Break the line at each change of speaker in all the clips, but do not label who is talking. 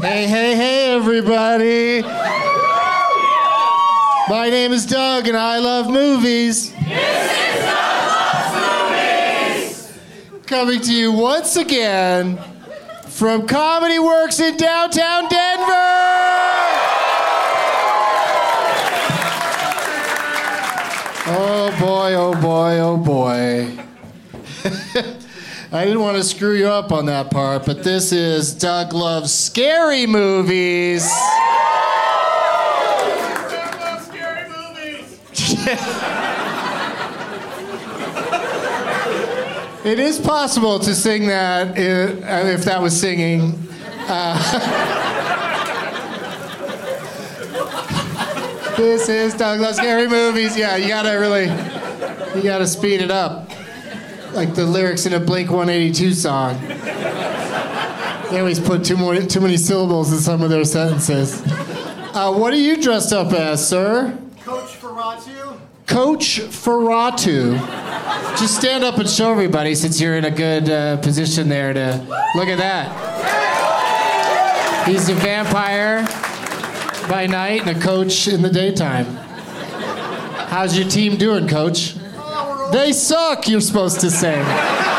Hey, hey, hey, everybody. My name is Doug, and I love movies. Coming to you once again from Comedy Works in downtown Denver. Oh boy, oh boy, oh boy. I didn't want to screw you up on that part, but this is Doug Loves Scary Movies. It is possible to sing that i- uh, if that was singing. Uh, this is Doug Loves Scary Movies. Yeah, you gotta really, you gotta speed it up. Like the lyrics in a Blink 182 song. They always put too, more, too many syllables in some of their sentences. Uh, what are you dressed up as, sir?
Coach Ferratu?
Coach Ferratu. Just stand up and show everybody since you're in a good uh, position there to look at that. He's a vampire by night and a coach in the daytime. How's your team doing, coach? They suck, you're supposed to say.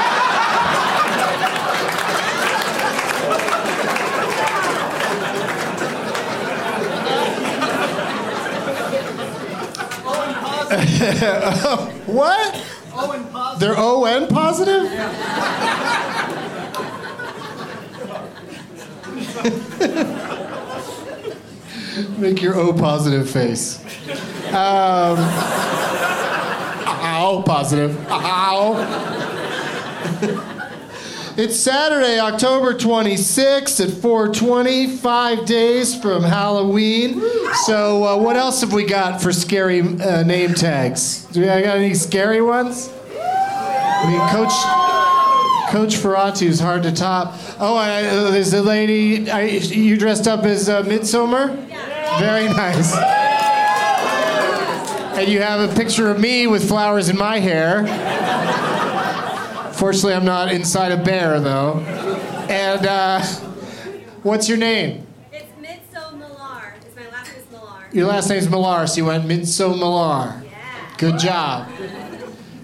What?
Owen Pos-
They're ON positive? Make your O positive face.
Um, ow, positive. Ow. It's Saturday, October 26th at 4:20, five days from Halloween. So, uh, what else have we got for scary uh, name tags? Do we I got any scary ones? I mean, Coach Coach Ferratu is hard to top. Oh, I, uh, there's a lady. I, you dressed up as uh, Midsummer. Very nice. And you have a picture of me with flowers in my hair. Fortunately, I'm not inside a bear though. And uh, what's your name?
It's Midso Millar. It's my last name is Millar.
Your last name's Millar, so you went Midso Millar.
Yeah.
Good job.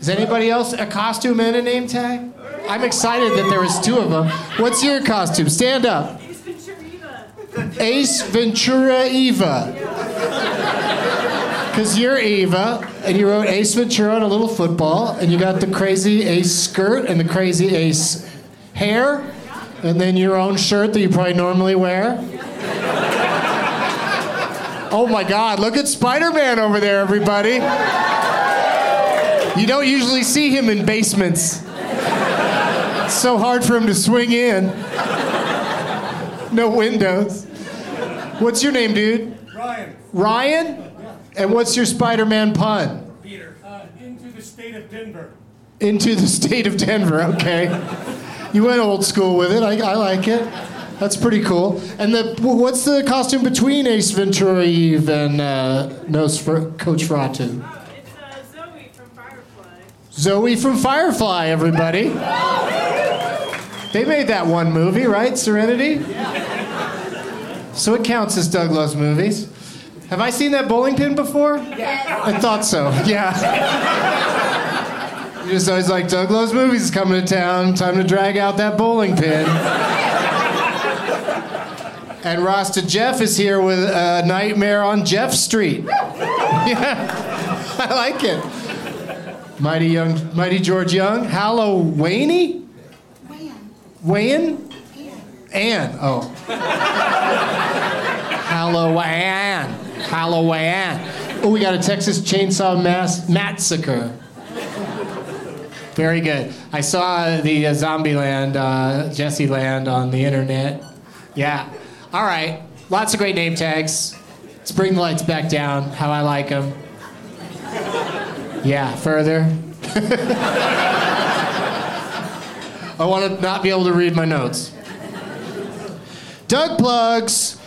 Is anybody else a costume and a name tag? I'm excited that there was two of them. What's your costume? Stand up. Ace Ventura Eva. Because you're Eva, and you wrote Ace Ventura on a little football, and you got the crazy Ace skirt and the crazy Ace hair, and then your own shirt that you probably normally wear. Oh my God, look at Spider Man over there, everybody. You don't usually see him in basements. It's so hard for him to swing in. No windows. What's your name, dude?
Ryan,
Ryan? And what's your Spider Man pun?
uh, into the state of Denver.
Into the state of Denver, okay. You went old school with it. I, I like it. That's pretty cool. And the what's the costume between Ace Ventura Eve and uh, Nosfer- Coach Fratu?
It's uh, Zoe from Firefly.
Zoe from Firefly, everybody. They made that one movie, right? Serenity? So it counts as Doug Loves movies. Have I seen that bowling pin before? I thought so, yeah. you just always like, Doug Loves movies is coming to town. Time to drag out that bowling pin. and Rasta Jeff is here with uh, Nightmare on Jeff Street. yeah, I like it. Mighty Young, Mighty George Young, Halloweeny? Wayan? Ann. Oh. Hallowan. Hallowan. Oh, we got a Texas Chainsaw mass Massacre. Very good. I saw the uh, Zombieland, uh, Jesse Land on the internet. Yeah. All right. Lots of great name tags. Let's bring the lights back down, how I like them. Yeah, further. I want to not be able to read my notes. Doug plugs.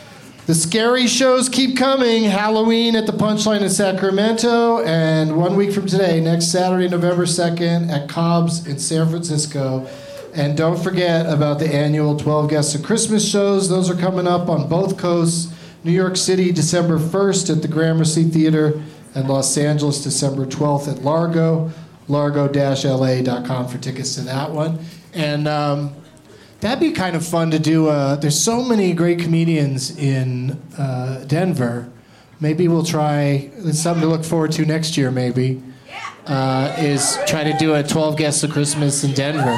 The scary shows keep coming. Halloween at the Punchline in Sacramento, and one week from today, next Saturday, November 2nd, at Cobb's in San Francisco. And don't forget about the annual 12 Guests of Christmas shows. Those are coming up on both coasts. New York City, December 1st at the Gramercy Theater, and Los Angeles, December 12th at Largo. Largo-la.com for tickets to that one. And um, That'd be kind of fun to do. Uh, there's so many great comedians in uh, Denver. Maybe we'll try. It's something to look forward to next year. Maybe uh, is try to do a 12 guests of Christmas in Denver.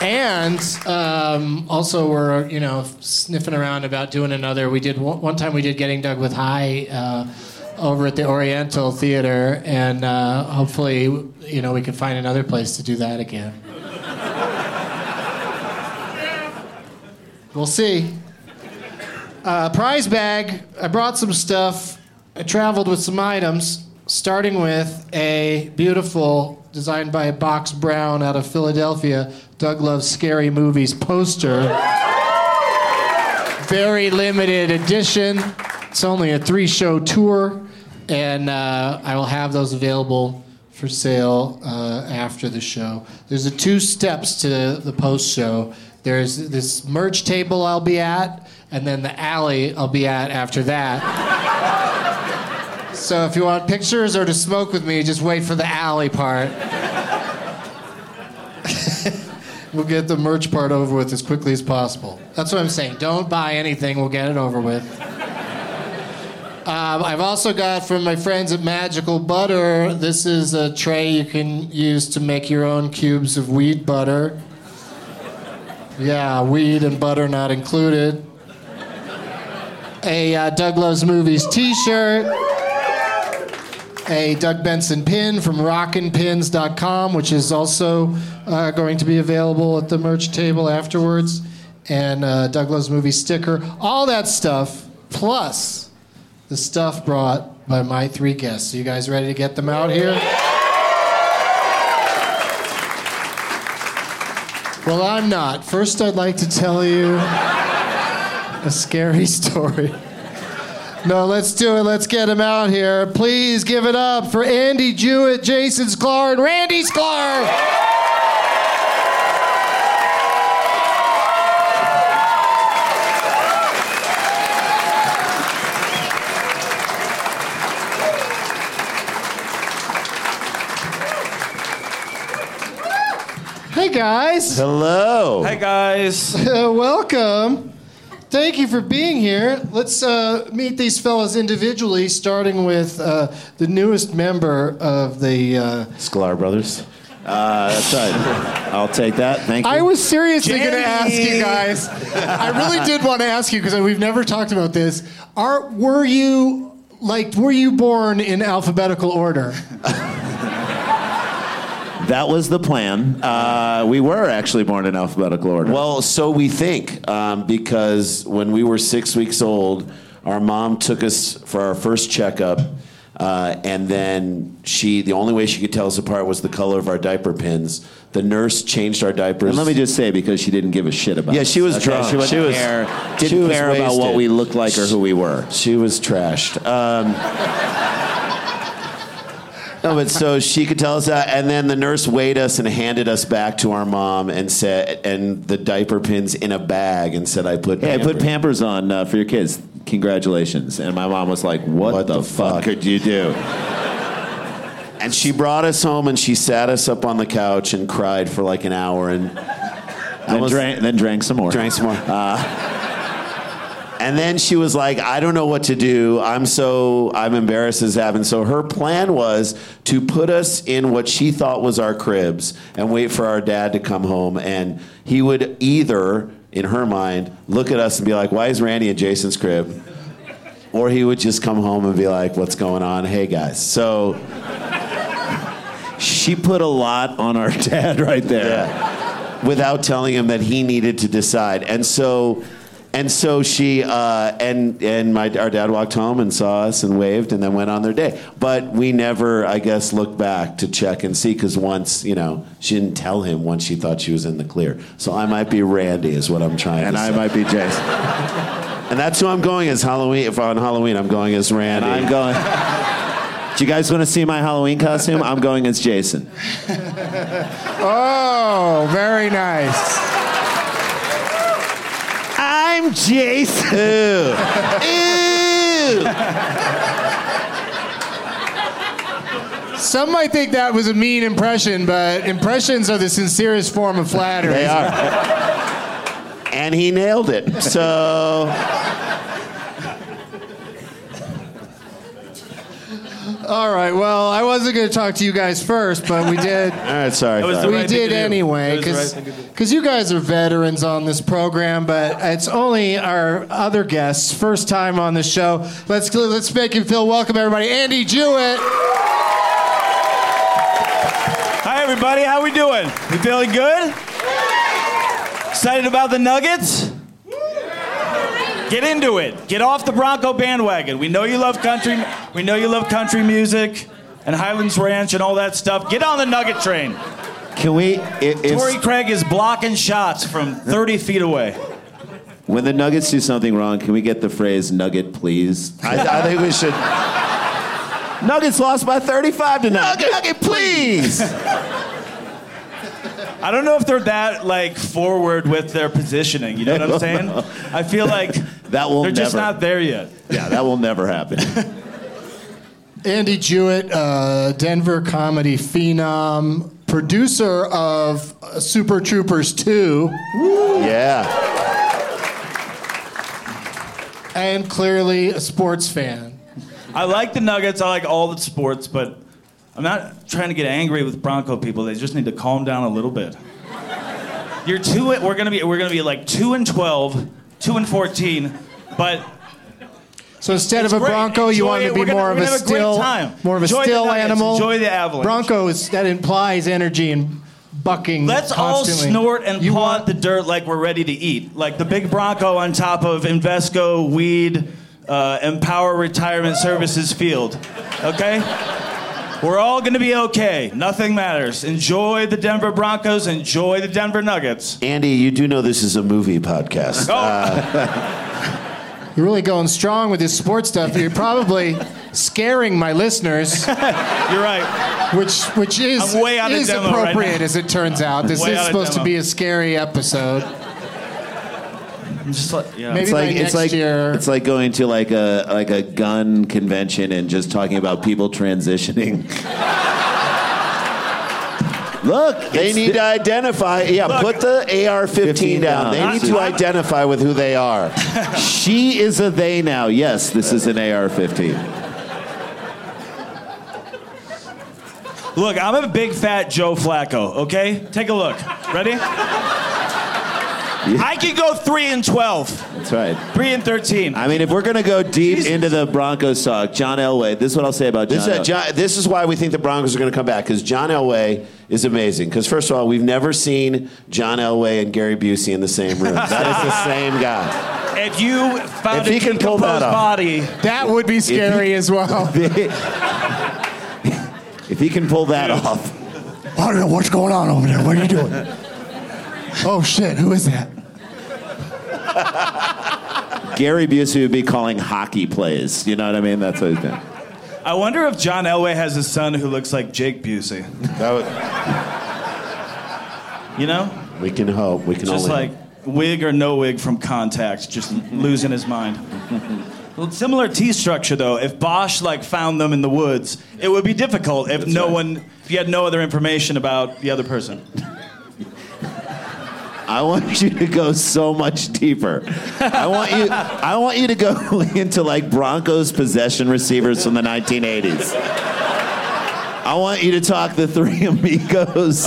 And um, also, we're you know sniffing around about doing another. We did one, one time. We did Getting Dug with High uh, over at the Oriental Theater, and uh, hopefully, you know, we can find another place to do that again. we'll see. Uh, prize bag. I brought some stuff. I traveled with some items, starting with a beautiful, designed by Box Brown out of Philadelphia, Doug Loves Scary Movies poster. Very limited edition. It's only a three show tour, and uh, I will have those available for sale uh, after the show. There's a two steps to the post show. There's this merch table I'll be at, and then the alley I'll be at after that. so if you want pictures or to smoke with me, just wait for the alley part. we'll get the merch part over with as quickly as possible. That's what I'm saying. Don't buy anything, we'll get it over with. Um, I've also got from my friends at Magical Butter. This is a tray you can use to make your own cubes of weed butter. Yeah, weed and butter not included. a uh, Doug Loves Movies t shirt, a Doug Benson pin from rockinpins.com, which is also uh, going to be available at the merch table afterwards, and uh, Doug Loves Movies sticker, all that stuff, plus the stuff brought by my three guests. So, you guys ready to get them out here? Well, I'm not. First, I'd like to tell you a scary story. No, let's do it. Let's get him out here. Please give it up for Andy Jewett, Jason Sklar, and Randy Sklar. Hey guys.
Hello.
Hey guys.
Uh, welcome. Thank you for being here. Let's uh, meet these fellas individually, starting with uh, the newest member of the. Uh,
Sklar Brothers. Uh, that's right. I'll take that. Thank you.
I was seriously going to ask you
Jenny.
guys. I really did want to ask you because we've never talked about this. Are were you like were you born in alphabetical order?
that was the plan. Uh, we were actually born in alphabetical order.
Well, so we think, um, because when we were six weeks old, our mom took us for our first checkup, uh, and then she, the only way she could tell us apart was the color of our diaper pins. The nurse changed our diapers.
and let me just say, because she didn't give a shit about.
Yeah, she was
us, okay?
drunk.
She, wasn't
She was-
care,
she
didn't
was
care about what
wasted.
we looked like or who we were.
She was trashed. Um, no, but so she could tell us that, and then the nurse weighed us and handed us back to our mom and said, and the diaper pins in a bag, and said, "I put,
Hey, I put
Pampers."
Pampers on uh, for your kids. Congratulations. And my mom was like, "What,
What
the,
the
fuck,
fuck?"
could you do?"
And she brought us home and she sat us up on the couch and cried for like an hour and
Then,
was-
drank, then drank some more. Uh,
drank some more. and then she was like, I don't know what to do. I'm so, I'm embarrassed this happened. So her plan was to put us in what she thought was our cribs and wait for our dad to come home. And he would either, in her mind, look at us and be like, why is Randy in Jason's crib? Or he would just come home and be like, what's going on? Hey guys. So.
She put a lot on our dad right there.
Yeah. Without telling him that he needed to decide. And so and so she uh, and and my our dad walked home and saw us and waved and then went on their day. But we never, I guess, looked back to check and see because once, you know, she didn't tell him once she thought she was in the clear. So I might be Randy is what I'm trying
And
to
I
say.
might be Jason.
and that's who I'm going as Halloween if on Halloween I'm going as
And
Randy.
I'm going. Do you guys want to see my Halloween costume? I'm going as Jason.
Oh, very nice.
I'm Jason.
Some might think that was a mean impression, but impressions are the sincerest form of flattery.
They are. and he nailed it. So
All right. Well, I wasn't going to talk to you guys first, but we did.
all right, sorry.
was
Doc.
the
we
right thing
did
to do.
anyway
It was the
because
right thing to do.
you guys are veterans on this program but it's only our other guests first time on the show let's let's make him feel welcome everybody andy jewett
Hi everybody, how we doing? We feeling good? Excited about the Nuggets? Get into it. Get off the Bronco bandwagon. We know you love country. We know you love country music and Highlands Ranch and all that stuff. Get on the Nugget train.
Can we? i- If,
Torrey Craig is blocking shots from 30 feet away.
when the Nuggets do something wrong, can we get the phrase "Nugget, please"?
I, I think we should.
Nuggets lost by 35 tonight.
Nugget, nugget, please.
I don't know if they're that like forward with their positioning. You know what I'm saying? I feel like
That will
they're just
never-
not there yet.
Yeah, that will never happen.
andy jewett uh, denver comedy phenom producer of uh, super troopers 2
yeah.
and clearly a sports fan
I like the Nuggets. I like all the sports, but I'm not trying to get angry with Bronco people. They just need to calm down a little bit. You're two. We're gonna be. We're gonna be like two and twelve, two and fourteen, but
So instead of a
great.
bronco, you
Enjoy
want
it.
it to be
We're gonna-
more of
we're
a
gonna have a great
still,
time.
more of a
Enjoy the
still
nuggets.
animal.
Enjoy the avalanche.
Bronco is that implies energy and bucking.
Let's
constantly.
all snort and paw at the dirt like we're ready to eat. Like the big Bronco on top of Invesco Weed uh, Empower Retirement Services Field. Okay? We're all going to be okay. Nothing matters. Enjoy the Denver Broncos. Enjoy the Denver Nuggets.
Andy, you do know this is a movie podcast.
Oh.
You're really going strong with this sports stuff. You're probably scaring my listeners. You're
right.
Which which is
I'm way out of
is
demo right
appropriate
now.
as it turns out. This
Way
is
out of
supposed to
demo.
be a scary episode.
I'm just like, yeah.
Maybe
it's like
by
it's
next
like
year.
it's like going to like a like a gun convention and just talking about people transitioning. Look, they
It's
need
the-
to identify. Yeah,
Look.
put the AR-15 down. They
down.
need to identify with who they are. she is a they now. Yes, this is an AR-15.
Look, I'm a big fat Joe Flacco, okay? Take a look. Ready? I could go 3 and 12,
That's right.
3 and 13.
I mean, if we're gonna go deep into the Broncos talk, John Elway. This is what I'll say about
This
John.
is-
Elway. John this is why we think the Broncos are going to come back because John Elway is amazing. Because first of all, we've never seen John Elway and Gary Busey in the same room. That is the same guy.
If you found
If he
a
can pull that
decomposed
off.
body,
That would be scary as well.
If he can pull that off,
I don't know what's going on over there. What are you doing? Oh shit! Who is that?
Gary Busey would be calling hockey plays. You know what I mean? That's what he's doing.
I wonder if John Elway has a son who looks like Jake Busey.
That
You know?
would, we can hope. We can
Just
only.
like wig or no wig from contact, just losing his mind. Well, Similar T structure though. If Bosch like found them in the woods, it would be difficult if no one, if you had no other information about the other person.
I want you to go so much deeper. I want you. I want you to go into like Broncos possession receivers from the 1980s. I want you to talk the three amigos.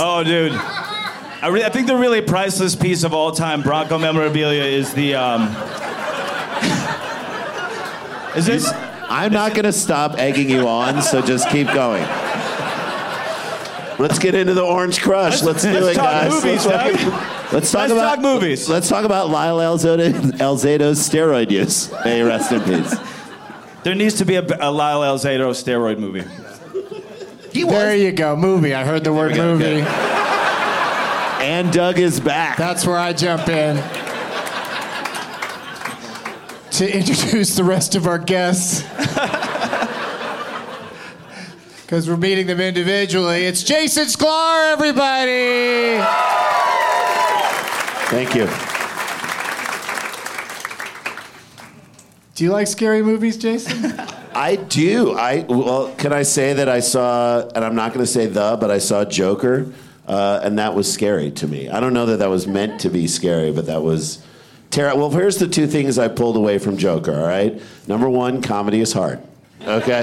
Oh, dude. I, re- I think the really priceless piece of all time Bronco memorabilia is the. Um, is this?
I'm not going to stop egging you on, so just keep going. Let's get into the Orange Crush. Let's, do
let's
it,
talk
guys.
movies,
let's,
Doug.
let's talk
Let's
about
talk movies.
Let's talk about Lyle Alzado, Alzado's steroid use. May he rest in peace.
There needs to be a, a Lyle Alzado steroid movie.
There you go. Movie. I heard the word movie.
And Doug is back.
That's where I jump in to introduce the rest of our guests. Because we're meeting them individually. It's Jason Sklar, everybody!
Thank you.
Do you like scary movies, Jason?
I do. I well, can I say that I saw, and I'm not going to say the, but I saw Joker, uh, and that was scary to me. I don't know that that was meant to be scary, but that was terrible. Well, here's the two things I pulled away from Joker. All right, number one, comedy is hard. Okay.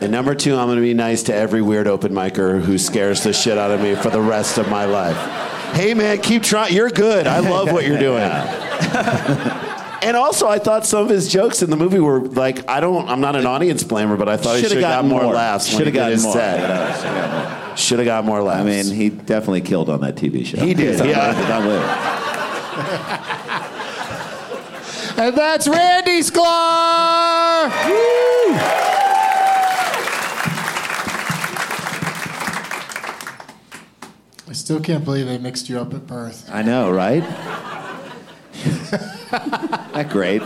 And number two, I'm going to be nice to every weird open micer who scares the shit out of me for the rest of my life. Hey, man, keep trying. You're good. I love what you're doing. And also, I thought some of his jokes in the movie were like, I don't, I'm not an audience blamer, but I thought he
Shoulda
should have got
gotten
more
more.
laughs.
Shoulda gotten more.
Should have got more laughs.
I mean, he definitely killed on that TV show.
He did, yeah.
yeah.
and that's Randy Sklar! I still can't believe they mixed you up at birth.
I know, right? that great.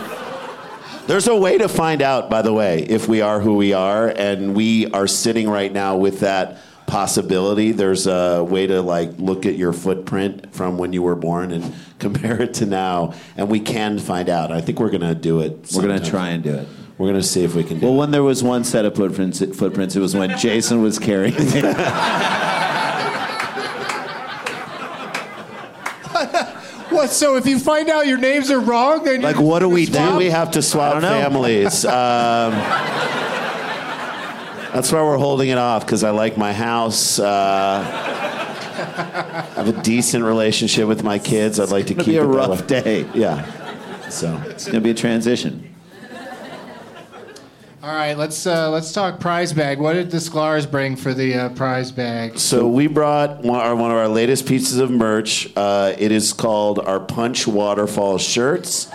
There's a way to find out, by the way, if we are who we are, and we are sitting right now with that possibility. There's a way to like look at your footprint from when you were born and compare it to now, and we can find out. I think we're gonna do it.
We're gonna
sometime.
try and do it.
We're gonna see if we can do.
Well,
it.
when there was one set of footprints, footprints, it was when Jason was carrying.
What? So if you find out your names are wrong, then
Like,
you're,
what do we
you're
do? We have to swap
know.
families. Um, that's why we're holding it off because I like my house. Uh, I have a decent relationship with my kids. I'd like to
It's
keep
gonna be a
it that
rough
way. day. Yeah. So it's gonna be a transition.
All right, let's uh, let's talk prize bag. What did the Sklars bring for the uh, prize bag?
So we brought one, our, one of our latest pieces of merch. Uh, it is called our Punch Waterfall shirts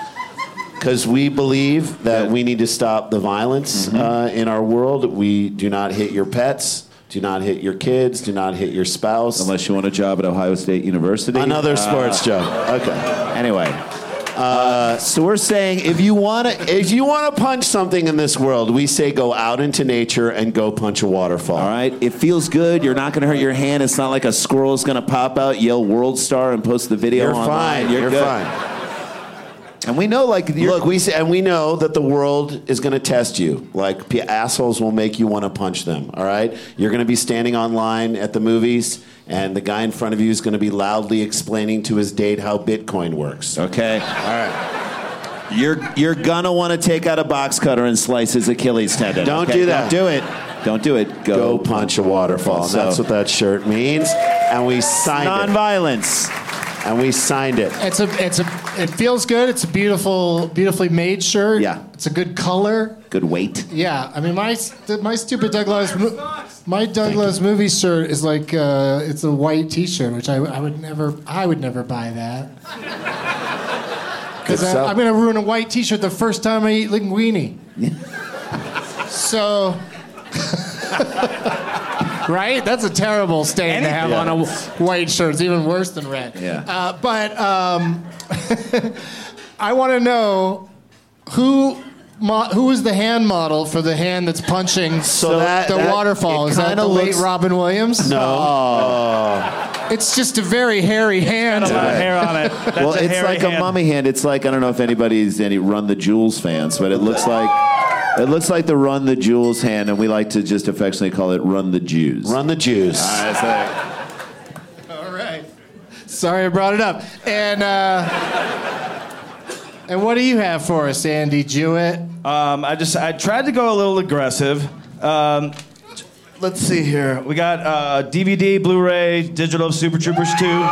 because we believe that we need to stop the violence
Mm-hmm.
uh, in our world. We do not hit your pets. Do not hit your kids. Do not hit your spouse.
Unless you want a job at Ohio State University.
Another sports
job.
joke. Okay.
Anyway.
Uh, so we're saying if you want to if you want to punch something in this world, we say go out into nature and go punch a waterfall.
All right. It feels good. You're not going to hurt your hand. It's not like a squirrel's going to pop out, yell "World Star" and post the video.
You're
online.
fine. You're,
good.
fine.
And we know, like, you're-
Look, we say, and we know that the world is going to test you. Like p- assholes will make you want to punch them. All right. You're going to be standing online at the movies, and the guy in front of you is going to be loudly explaining to his date how Bitcoin works.
Okay. All right. You're you're gonna want to take out a box cutter and slice his Achilles tendon.
Don't
okay?
do that.
Don't do it. Don't do it. Go.
Go punch a waterfall. And
So-
That's what that shirt means. And we signed it.
Nonviolence.
and we signed it.
It's a it's a it feels good. It's a beautiful beautifully made shirt.
Yeah.
It's a good color.
Good weight.
Yeah. I mean my st- my stupid Douglas mo- my Douglas movie shirt is like uh, it's a white T-shirt, which I, I would never I would never buy that because
Good stuff.
I'm gonna ruin a white T-shirt the first time I eat linguine. so. Right? That's a terrible stain to have
Yeah.
on a white shirt. It's even worse than red.
Yeah.
Uh, but um, I want to know who mo- who was the hand model for the hand that's punching the,
that-
the
that-
waterfall?
it
Is that
kinda
the
looks-
late Robin Williams?
No.
Oh.
It's just a very hairy hand.
Got a lot of hair on it. That's
well,
a
it's
hairy
like a
hand.
mummy hand. It's like I don't know if anybody's any Run the Jewels fans, but it looks like it looks like the Run the Jewels hand, and we like to just affectionately call it Run the Jews.
Run the juice.
Uh, it's like-
All right. Sorry I brought it up. And uh, and what do you have for us, Andy Jewett?
Um, I just I tried to go a little aggressive. Um, let's see here. We got uh, DVD, Blu-ray, digital of Super Troopers 2. Um,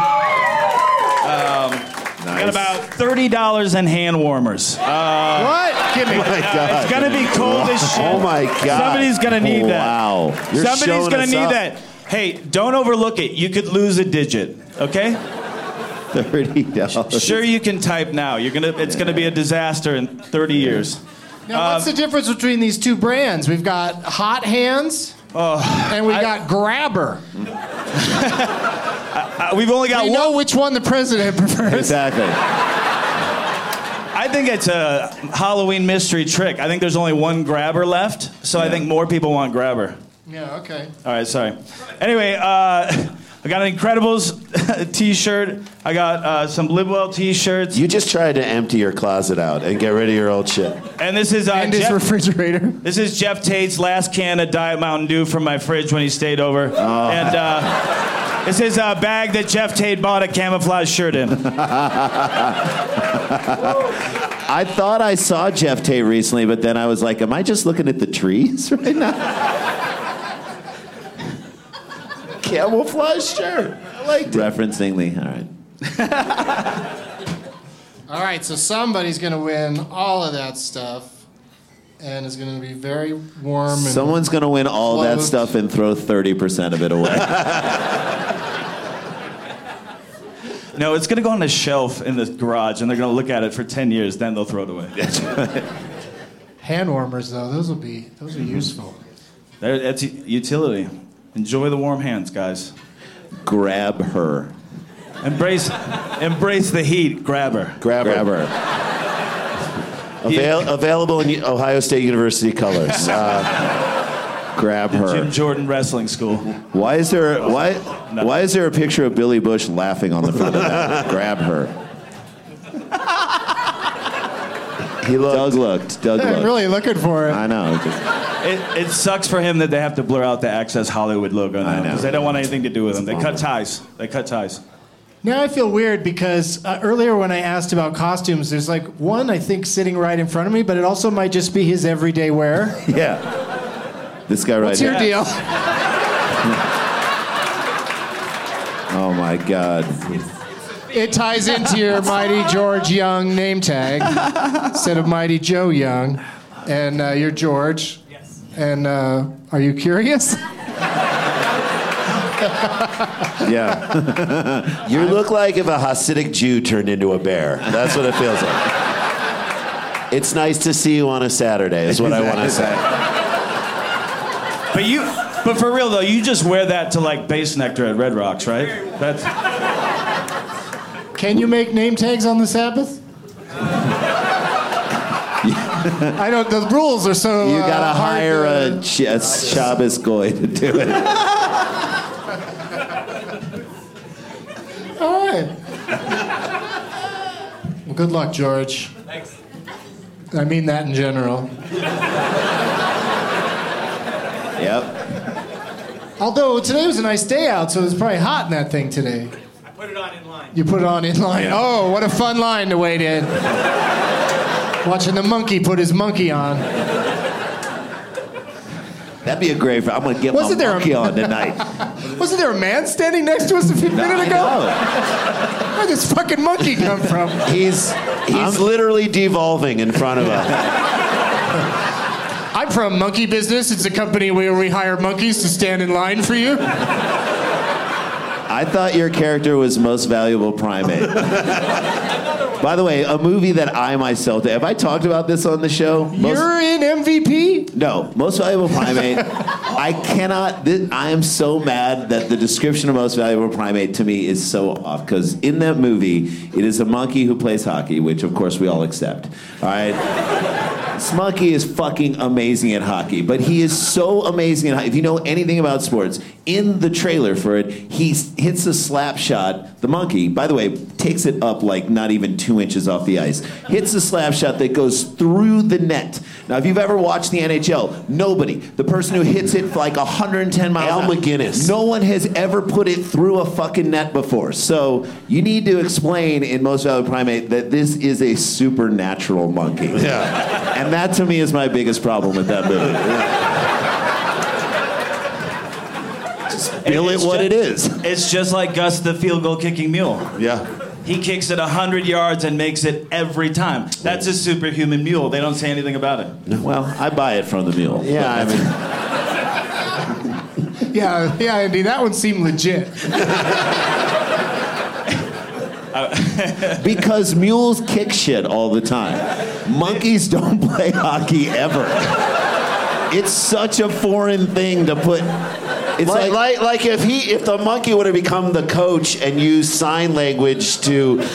Got about thirty dollars in hand warmers.
Oh,
Uh,
what? Give me.
my
uh, it's gonna be cold as shit.
Oh my God.
Somebody's gonna need that.
Wow. You're
Somebody's
showing
gonna
us
need
up.
that. Hey, don't overlook it. You could lose a digit. Okay.
Thirty dollars.
Sure, you can type now. You're gonna. It's gonna be a disaster in 30 years.
Now,
um,
what's the difference between these two brands? We've got Hot Hands and we've
Oh, I-
got Grabber.
Uh, we've only got
We
one.
know which one the president prefers.
Exactly.
I think it's a Halloween mystery trick. I think there's only one grabber left, so I think more people want grabber.
Yeah, okay.
All right, sorry. Anyway, uh, I got an Incredibles T-shirt. I got uh, some Libwell T-shirts,
You just tried to empty your closet out and get rid of your old shit.
and this is uh,
And his
Jeff.
refrigerator.
this is Jeff Tate's last can of Diet Mountain Dew from my fridge when he stayed over, and uh, this is a bag that Jeff Tate bought a camouflage shirt in.
I thought I saw Jeff Tate recently, but then I was like, am I just looking at the trees right now?
Camouflage shirt. I liked it.
Referencing the. All right.
All right, so somebody's going to win all of that stuff and it's going to be very warm. And
Someone's gonna win all that
Clothes.
stuff and throw thirty percent of it away.
No, it's gonna go on a shelf in the garage, and they're gonna look at it for 10 years, then they'll throw it away.
hand warmers though, those will be those are useful.
There, that's u- utility. Enjoy the warm hands, guys.
Grab her.
Embrace, embrace the heat. Grab her.
Grab,
Grab
her. Avail- available in Ohio State University colors. Uh, grab her.
Jim Jordan Wrestling School.
Why is there why why is there a picture of Billy Bush laughing on the front of that? Grab her.
He looked.
Doug looked. Doug
I'm
looked.
really looking for it.
I know. Just-
It, it sucks for him that they have to blur out the Access Hollywood logo
I
now
know.
because they don't want anything to do with him. They cut ties. They cut ties.
Now I feel weird because uh, earlier when I asked about costumes, there's like one I think sitting right in front of me, but it also might just be his everyday wear.
yeah. This guy right
What's your
here.
deal?
Oh my God.
It ties into your Mighty George Young name tag instead of Mighty Joe Young. And uh, you're George. Yes. And uh, are you curious?
Yeah. you look like if a Hasidic Jew turned into a bear. That's what it feels like. It's nice to see you on a Saturday, is what I want to say.
But you, but for real though, you just wear that to like bass nectar at Red Rocks, right? That's
Can you make name tags on the Sabbath? I don't. The rules are so.
You
uh,
gotta
hard
hire
to-
a, ch- a Shabbos goy to do it.
All right. Well, good luck, George.
Thanks.
I mean that in general.
Yep.
Although today was a nice day out, so it was probably hot in that thing today.
I put it on in line.
You put it on in line.
Yeah.
Oh, what a fun line to wait in. Watching the monkey put his monkey on.
That'd be a great. I'm gonna get
Wasn't
my
there a-
monkey on tonight.
Wasn't there a man standing next to us a few minutes ago? Where'd this fucking monkey come from?
He's he's literally devolving in front of us.
I'm from Monkey Business. It's a company where we hire monkeys to stand in line for you.
I thought your character was most valuable primate. By the way, a movie that I myself have I talked about this on the show? Most-
You're in MVP?
No, most valuable primate. I cannot. This, I am so mad that the description of most valuable primate to me is so off because in that movie, it is a monkey who plays hockey, which of course we all accept. All right. This monkey is fucking amazing at hockey, but he is so amazing at hockey. If you know anything about sports, in the trailer for it, he s- hits a slap shot. The monkey, by the way, takes it up like not even two inches off the ice, hits a slap shot that goes through the net. Now, if you've ever watched the NHL, nobody, the person who hits it for like 110 miles
Al
an hour,
McGuinness.
no one has ever put it through a fucking net before. So you need to explain in Most Valuable Primate that this is a supernatural monkey.
Yeah.
And that to me is my biggest problem with that movie.
Bill it
It's
what
ju-
it is.
It's just like Gus the field goal kicking mule.
Yeah.
He kicks it 100 yards and makes it every time. That's a superhuman mule. They don't say anything about it.
Well, I buy it from the mule.
Yeah, I mean.
Yeah, yeah, Andy, that one seemed legit.
Because mules kick shit all the time. Monkeys don't play hockey ever. It's such a foreign thing to put. It's
like,
like,
like, like if he if the monkey would have become the coach and used sign language to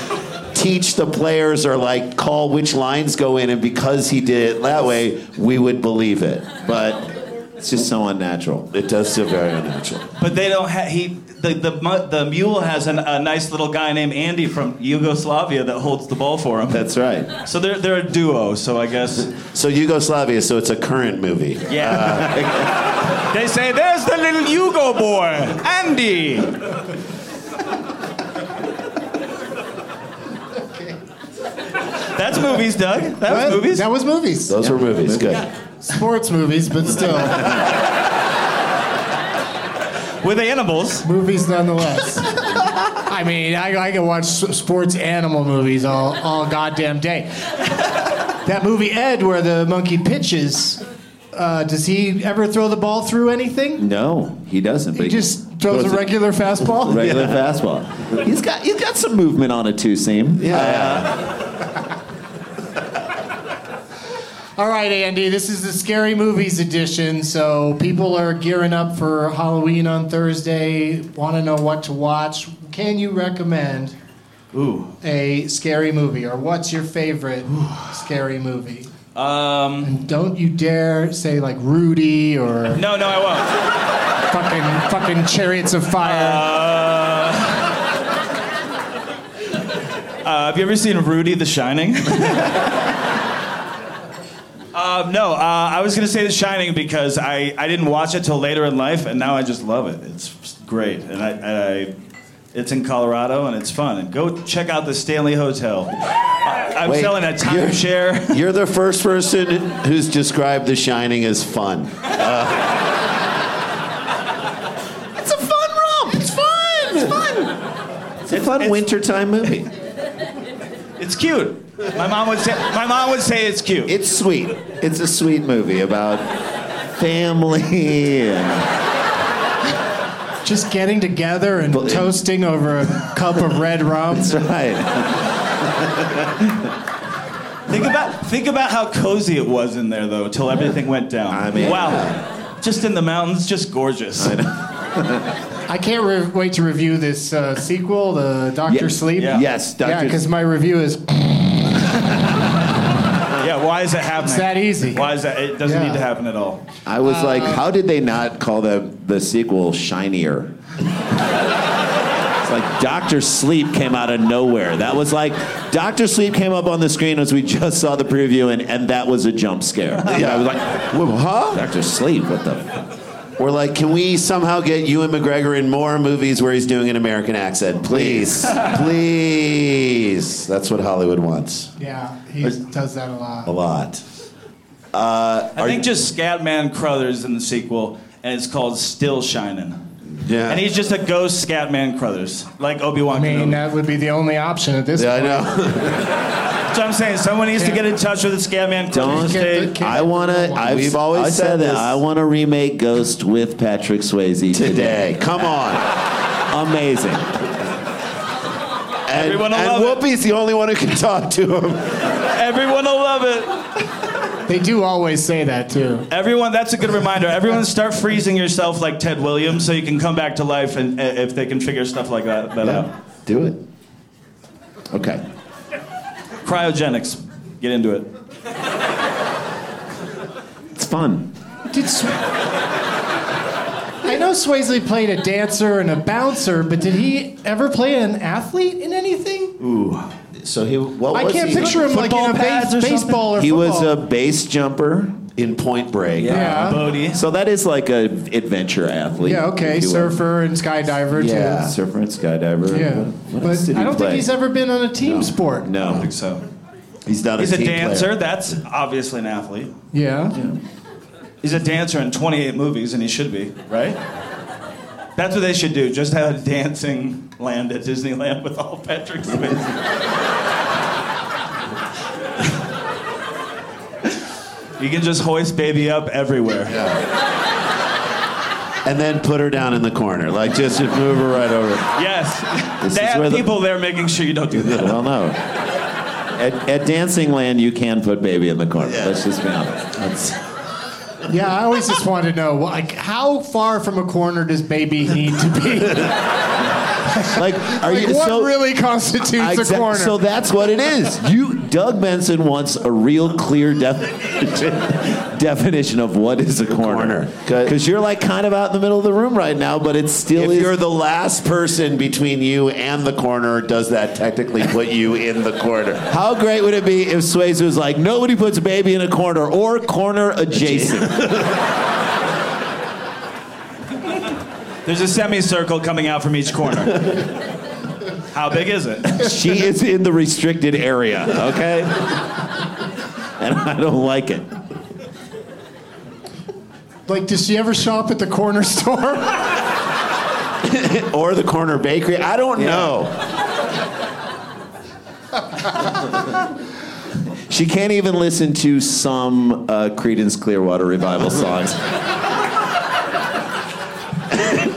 teach the players or like call which lines go in and because he did it that way we would believe it but
it's just so unnatural.
it does feel very unnatural
But they don't have he the the, mu- the mule has an, a nice little guy named Andy from Yugoslavia that holds the ball for him.
That's right.
so they're they're a duo. So I guess
so Yugoslavia so it's a current movie
yeah. they say there's the little Yugo boy, Andy. That's movies, Doug. That was movies.
That was movies.
those were movies good
Sports movies, but still
With animals.
movies nonetheless. I mean, I, I can watch s- sports animal movies all, all goddamn day. That movie Ed, where the monkey pitches, uh, does he ever throw the ball through anything?
No, he doesn't. but
He just throws a regular fastball.
regular fastball. He's got he's got some movement on a two seam. Uh,
yeah
All right, Andy, this is the Scary Movies edition. So people are gearing up for Halloween on Thursday, want to know what to watch. Can you recommend
Ooh.
a scary movie or what's your favorite scary movie?
Um.
And don't you dare say like Rudy or
No, no, I
fucking
won't.
fucking Chariots of Fire.
Uh, uh, have you ever seen Rudy the Shining? um, no, uh, I was going to say The Shining because I, I didn't watch it till later in life, and now I just love it. It's great, and I, and I it's in Colorado, and it's fun. And go check out the Stanley Hotel. I, I'm
Wait,
selling a
you're-
timeshare.
you're the first person who's described The Shining as fun
Uh,
It's a fun romp. It's fun. It's fun.
It's a fun wintertime movie.
It's cute. My mom would say. My mom would say it's cute.
It's sweet. It's a sweet movie about family. And
Uh,
Just getting together and toasting over a cup of red rum. That's
right.
Think about think about how cozy it was in there though, till everything went down. I
mean-
wow, just in the mountains, just gorgeous.
I can't re- wait to review this uh, sequel, the Doctor
Yeah.
Sleep.
Yeah. Yes,
Yeah,
Dr.
because my review is
yeah, why is it happening? It's that
easy.
Why is that? It doesn't
Yeah.
need to happen at all.
I was like,
Uh,
how did they not call the the sequel shinier? it's like Doctor Sleep came out of nowhere. That was like Doctor Sleep came up on the screen as we just saw the preview, and, and that was a jump scare. Yeah, I was like, "Whoa, huh? Doctor Sleep, what the? F-? We're like, can we somehow get Ewan McGregor in more movies where he's doing an American accent, please, please? That's what Hollywood wants.
yeah, he does that a lot.
A lot. Uh,
I think just Scatman Crothers in the sequel, and it's called Still Shining.
Yeah.
And he's just a ghost Scatman Crothers, like Obi Wan.
I mean, uh, that would be the only option at this point.
That's what I'm saying. Someone needs to get in touch with the Scatman Crothers.
Don't-
kid.
I want to. I've
We've always
I
said
that.
this.
I want to remake Ghost with Patrick Swayze today.
Today.
Come on, amazing. And,
Everyone will
and
love
Whoopi's the only one who can talk to him.
Everyone will love it.
They do always say that too.
Everyone, that's a good reminder. Everyone, start freezing yourself like Ted Williams, so you can come back to life, and uh, if they can figure stuff like that, that out.
Do it. Okay.
Cryogenics, get into it.
It's fun.
Did Sw- I know Swayze played a dancer and a bouncer, but did he ever play an athlete in anything?
Ooh. So he. What
I
was
can't
he?
picture him like in a
Football
base,
pads or something?
baseball or
He was
football.
a base jumper in Point Break. Uh,
Yeah. Yeah.
Bodie.
So that is like a adventure athlete.
yeah, okay,
if you will.
surfer and skydiver
Yeah,
too.
surfer and skydiver.
Yeah,
What- what else
but
did
I
he
don't think
play?
he's ever been on a team sport.
No, I don't think
so.
He's not
He's
a
a
team
dancer.
player.
That's obviously an athlete.
Yeah.
He's a dancer in 28 movies, and he should be, right? That's what they should do. Just have a dancing land at Disneyland with all Patrick Swayze. you can just hoist baby up everywhere.
and then put her down in the corner. Like just move her right over.
Yes.
This
they
is where
have
the-
people there making sure you don't do that.
well, no. At, at Dancing Land, you can put baby in the corner. Let's just be honest. That's-
Yeah, I always just want to know, like, how far from a corner does baby need to be?
like, are
Like,
you
what
so?
really constitutes
Exact-
a corner?
So that's what it is. You, Doug Benson, wants a real clear definition definition of what is a corner. Because you're like kind of out in the middle of the room right now, but it's still. If you're the last person between you and the corner, does that technically put you in the corner? How great would it be if Swayze was like, nobody puts baby in a corner or corner adjacent?
There's a semicircle coming out from each corner. How big is it?
she is in the restricted area, okay? And I don't like it.
like, does she ever shop at the corner store?
or the corner bakery. I don't know. she can't even listen to some uh, Credence Clearwater revival songs.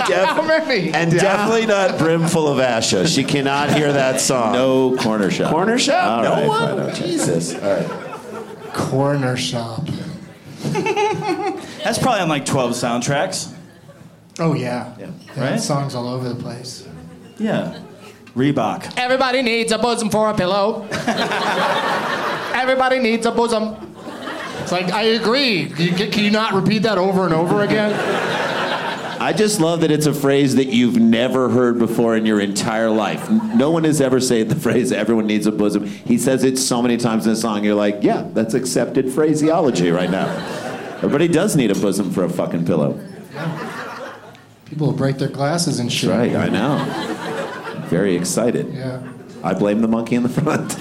Def-
how many?
and definitely not brimful of ashes. She cannot hear that song. No corner shop. Corner shop?
All
no
right,
one.
fine, okay.
Jesus. All right.
corner shop.
That's probably on like 12 soundtracks.
Oh yeah. Yeah.
Right?
Songs all over the place.
Yeah. Reebok.
Everybody needs a bosom for a pillow. Everybody needs a bosom. It's like I agree. Can you, can you not repeat that over and over again?
I just love that it's a phrase that you've never heard before in your entire life. No one has ever said the phrase "everyone needs a bosom." He says it so many times in the song. You're like, yeah, that's accepted phraseology right now. Everybody does need a bosom for a fucking pillow.
People will break their glasses and shit.
Right, I know. Very excited.
Yeah.
I blame the monkey in the front.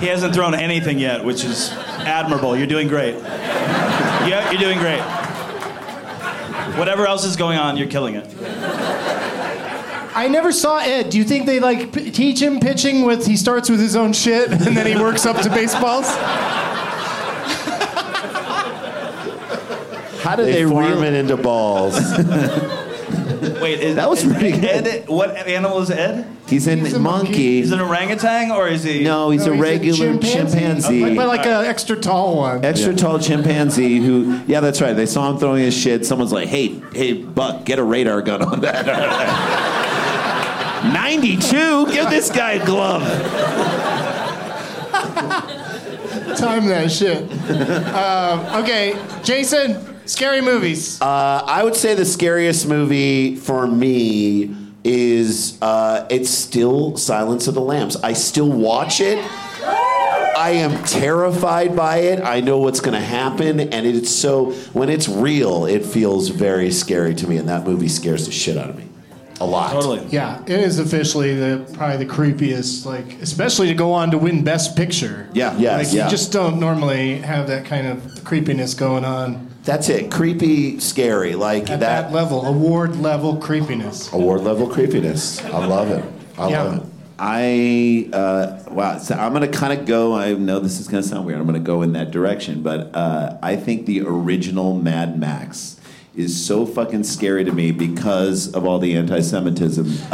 He hasn't thrown anything yet, which is admirable. You're doing great. Yeah, you're doing great. Whatever else is going on, you're killing it.
I never saw Ed. Do you think they like p- teach him pitching with he starts with his own shit and then he works up to baseballs?
How did they, form it into balls?
Wait, is,
That was
is
pretty good.
Ed, what animal is Ed?
He's in
a monkey.
monkey.
Is it an orangutan or is he?
no, Oh, he's
No,
a
he's a
regular
chimpanzee.
chimpanzee.
Like, but like an extra tall one.
extra tall chimpanzee who yeah that's right they saw him throwing his shit someone's like hey hey buck get a radar gun on that 92 give this guy a glove
Time that shit. Um, okay, Jason, scary movies.
uh, i would say the scariest movie for me is uh, it's still silence of the lambs i still watch it I am terrified by it. I know what's going to happen, and it's so when it's real, it feels very scary to me. And that movie scares the shit out of me, a lot.
Totally.
yeah, it is officially the probably the creepiest. Like, especially to go on to win Best Picture.
Yeah, yeah,
like
yeah.
you just don't normally have that kind of creepiness going on
That's it. Creepy, scary, like
at
that,
that level, award level creepiness.
award level creepiness. I love it. I
Yeah.
love it. I uh, wow. So I'm gonna kind of go. I know this is gonna sound weird. I'm gonna go in that direction, but uh, I think the original Mad Max is so fucking scary to me because of all the anti-Semitism.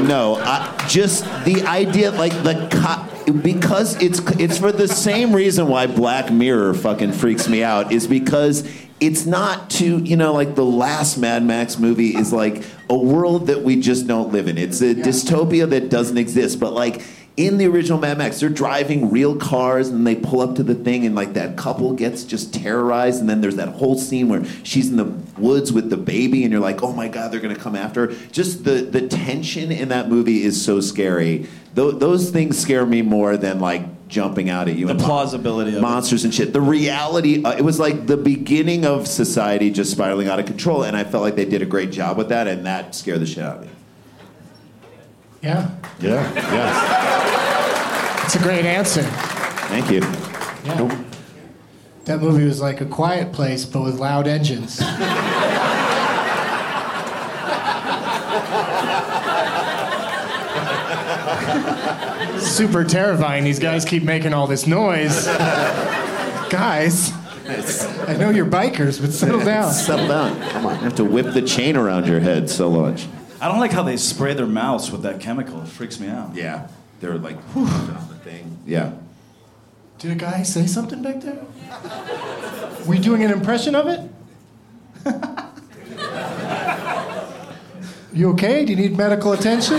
No, I, just the idea, like the co- because it's it's for the same reason why Black Mirror fucking freaks me out is because it's not too you know like the last Mad Max movie is like a world that we just don't live in. It's a dystopia that doesn't exist, but like. In the original Mad Max, they're driving real cars and they pull up to the thing, and like that couple gets just terrorized. And then there's that whole scene where she's in the woods with the baby, and you're like, oh my god, they're gonna come after her. Just the, the tension in that movie is so scary. Tho- those things scare me more than like jumping out at you.
The
and mon-
plausibility of it.
monsters and shit. The reality, uh, it was like the beginning of society just spiraling out of control, and I felt like they did a great job with that, and that scared the shit out of me.
Yeah,
Yeah, yeah.
it's a great answer.
Thank you.
Yeah. That movie was like a quiet place, but with loud engines. Super terrifying. These guys keep making all this noise. guys, I know you're bikers, but settle down.
Settle down. Come on. You have to whip the chain around your head so much.
I don't like how they spray their mouths with that chemical. It freaks me out.
Yeah. They're like, on the thing. Yeah.
Did a guy say something back there? Were you doing an impression of it? you okay? Do you need medical attention?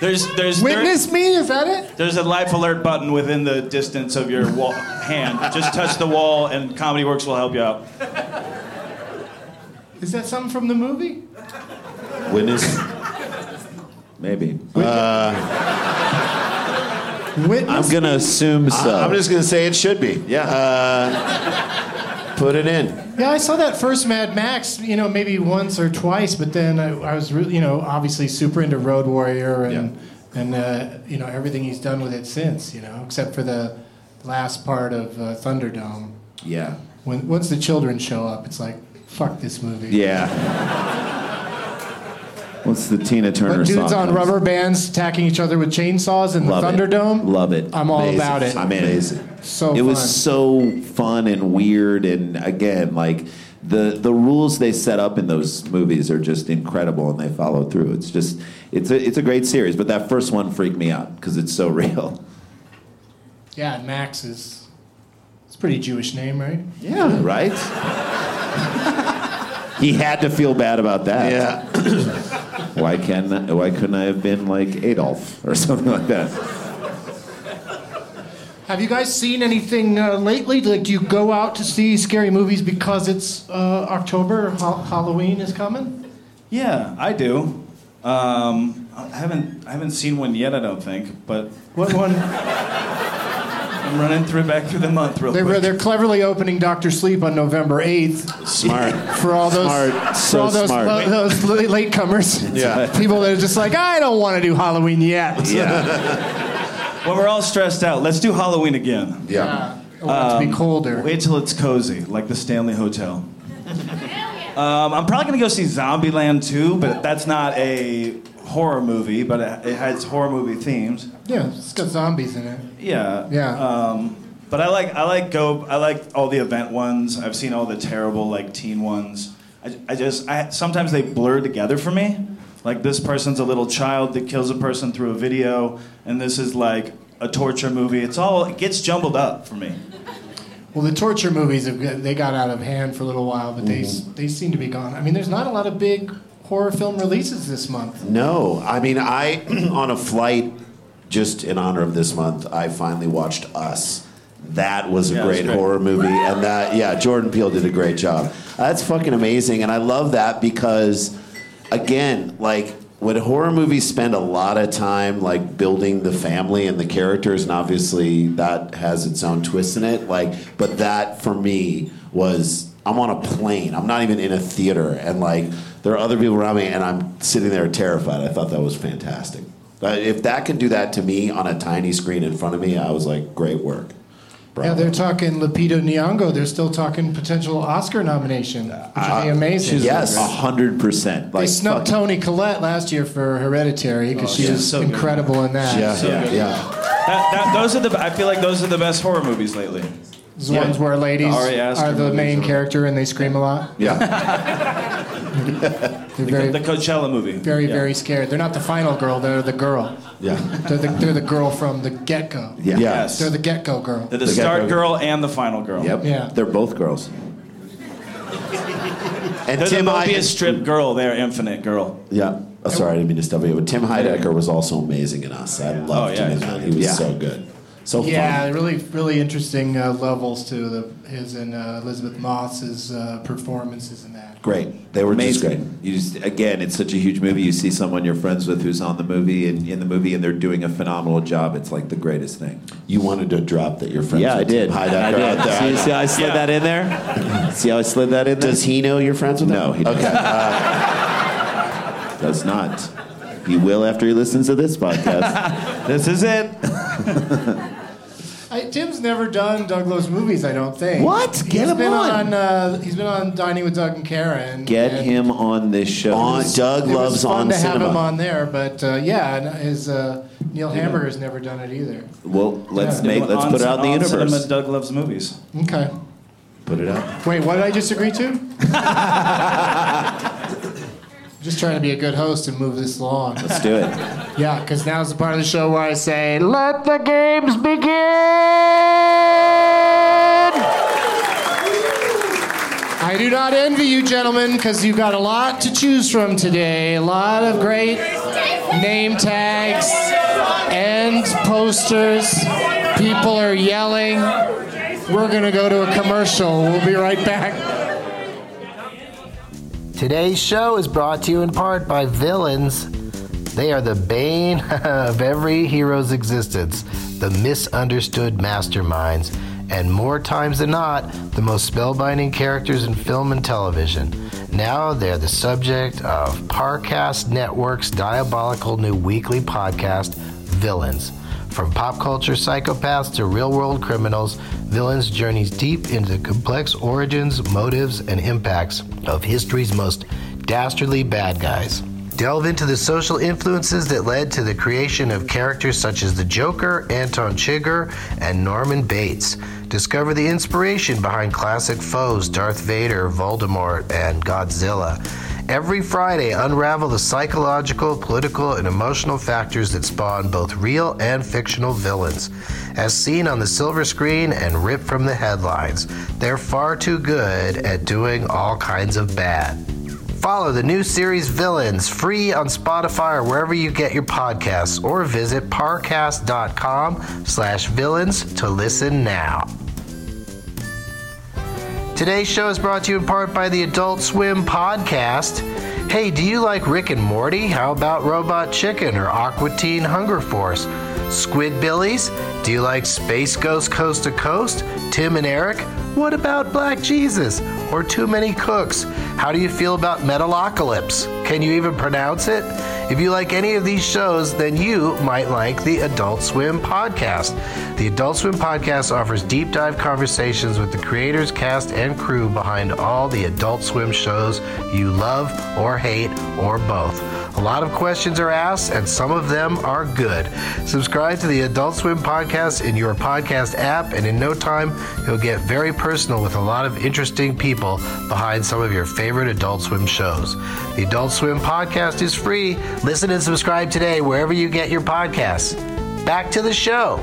There's there's there-
Witness me? Is that it?
there's a life alert button within the distance of your wall, hand. Just touch the wall, and Comedy Works will help you out.
Is that something from the movie?
Witness. Maybe.
Witness.
Uh, I'm going to assume so. I'm just going to say it should be. Yeah. put it in.
yeah, I saw that first Mad Max, you know, maybe once or twice, but then I, I was really, you know, obviously super into Road Warrior and and uh, you know everything he's done with it since, you know, except for the last part of uh, Thunderdome.
Yeah.
When once the children show up, it's like fuck this movie.
Yeah. What's the Tina Turner
But dudes
song
on
comes?
rubber bands attacking each other with chainsaws in
Love
the
it.
Thunderdome.
Love it.
I'm all
Amazing.
about it.
I'm in. Amazing.
So
it
fun.
was so fun and weird, and again, like the the rules they set up in those movies are just incredible, and they follow through. It's just it's a it's a great series, but that first one freaked me out because it's so real.
Yeah, and Max is. It's a pretty Jewish name, right?
Yeah. Right. he had to feel bad about that. Yeah. why can why couldn't I have been like Adolf or something like that?
Have you guys seen anything uh, lately? Like, do you go out to see scary movies because it's uh, October? Ha- Halloween is coming.
Yeah, I do. Um, I haven't I haven't seen one yet. I don't think, but
What one?
I'm running through back through the month real
They were,
quick.
they're cleverly opening Doctor Sleep on November eighth
Smart.
for all those
Smart.
for
So
all those,
smart.
lo- those la- latecomers.
Yeah.
people that are just like, I don't want to do Halloween yet.
Yeah.
When we're all stressed out, let's do Halloween again.
Yeah.
Um,
Uh, I want it to be colder.
Wait till it's cozy, like the Stanley Hotel.
Hell yeah.
Um, I'm probably gonna go see Zombieland 2, but that's not a horror movie, but it, it has horror movie themes.
Yeah, it's got zombies in it.
Yeah.
Yeah.
Um, but I like I like go I like all the event ones. I've seen all the terrible like teen ones. I, I just I sometimes they blur together for me. Like this person's a little child that kills a person through a video, and this is like a torture movie. It's all it gets jumbled up for me.
Well, the torture movies have got- they got out of hand for a little while, but they
Mm-hmm.
s they seem to be gone. I mean, there's not a lot of big horror film releases this month.
No, I mean I on a flight just in honor of this month, I finally watched Us. That was a
Yeah, it was
great,
great.
horror movie, and that yeah, Jordan Peele did a great job. That's fucking amazing, and I love that because again, like when horror movies spend a lot of time like building the family and the characters, and obviously that has its own twist in it. Like, but that for me was I'm on a plane. I'm not even in a theater, and like there are other people around me, and I'm sitting there terrified. I thought that was fantastic. Uh, If that can do that to me on a tiny screen in front of me, I was like, great work.
Yeah, they're talking Lepido Nyong'o. They're still talking potential Oscar nomination, which
Uh,
would be amazing.
Yes, hundred percent.
They
Like
snubbed
fuck-
Tony Collette last year for Hereditary because she
she's
was
Oh, so good.
incredible in that.
Yeah,
So good.
yeah.
That, that, those are the I feel like those are the best horror movies lately.
Those ones where ladies
The Ari Aster
are the
movies
main
are-
character and they scream a lot.
Yeah.
They're very,
The Coachella movie.
very,
Yeah.
very scared. They're not the final girl. They're the girl.
Yeah.
They're the, they're the girl from the get go.
Yeah.
Yes.
They're the get go girl.
They're the
They got
start
both.
girl and the final girl.
Yep.
Yeah.
They're both girls. And
They're
Tim
the Mobius
Heidecker.
strip girl. They're infinite girl.
Yeah. Oh, sorry, I didn't mean to stop you. But Tim Heidecker was also amazing in us. I loved
yeah,
him in
he's
that.
really
He was
good.
so good. So
Yeah,
fun.
really, really interesting uh, levels to the, his and uh, Elizabeth Moss's uh, performances in that.
Great. They were just great.
Amazing. You just again, it's such a huge movie. You see someone you're friends with who's on the movie and in the movie, and they're doing a phenomenal job. It's like the greatest thing.
You wanted to drop that your friends with Tim Heidecker out there.
See, see how I slid
Yeah.
that in there? See how I slid that in there?
Does he know you're friends with him?
No, he doesn't.
Okay. Uh,
Does not. He will after he listens to this podcast. this is it.
I, Tim's never done Douglas movies, I don't think.
What? Get
he's
him
been
on.
uh, he's been on Dining with Doug and Karen.
Get
and
him on this show.
on Doug
It
loves
was fun
on
to
cinema.
have him on there, but uh, yeah, and his uh, Neil Hamburger's never done it either.
Well, let's
Yeah.
make let's
On-
put it out in the
on
universe.
Cinema, Doug loves movies.
Okay.
Put it up.
Wait, what did I just agree to? just trying to be a good host and move this along.
Let's do it.
Yeah, because now's the part of the show where I say, let the games begin! I do not envy you, gentlemen, because you've got a lot to choose from today. A lot of great name tags and posters. People are yelling. We're going to go to a commercial. We'll be right back.
Today's show is brought to you in part by villains. They are the bane of every hero's existence, the misunderstood masterminds, and more times than not, the most spellbinding characters in film and television. Now they're the subject of Parcast Network's diabolical new weekly podcast, Villains. From pop culture psychopaths to real world criminals, Villains journeys deep into the complex origins, motives, and impacts of history's most dastardly bad guys. Delve into the social influences that led to the creation of characters such as the Joker, Anton Chigurh, and Norman Bates. Discover the inspiration behind classic foes Darth Vader, Voldemort, and Godzilla. Every Friday, unravel the psychological, political, and emotional factors that spawn both real and fictional villains. As seen on the silver screen and ripped from the headlines, they're far too good at doing all kinds of bad. Follow the new series Villains free on Spotify or wherever you get your podcasts, or visit parcast.com slash villains to listen now. Today's show is brought to you in part by the Adult Swim podcast. Hey, do you like Rick and Morty? How about Robot Chicken or Aqua Teen Hunger Force? Squid Billies? Do you like Space Ghost Coast to Coast? Tim and Eric? What about Black Jesus? Or Too Many Cooks? How do you feel about Metalocalypse? Can you even pronounce it? If you like any of these shows, then you might like the Adult Swim podcast. The Adult Swim podcast offers deep dive conversations with the creators, cast, and crew behind all the Adult Swim shows you love or hate or both. A lot of questions are asked, and some of them are good. Subscribe to the Adult Swim podcast in your podcast app, and in no time, you'll get very personal with a lot of interesting people behind some of your favorite Adult Swim shows. The Adult Swim podcast is free. Listen and subscribe today wherever you get your podcasts. Back to the show.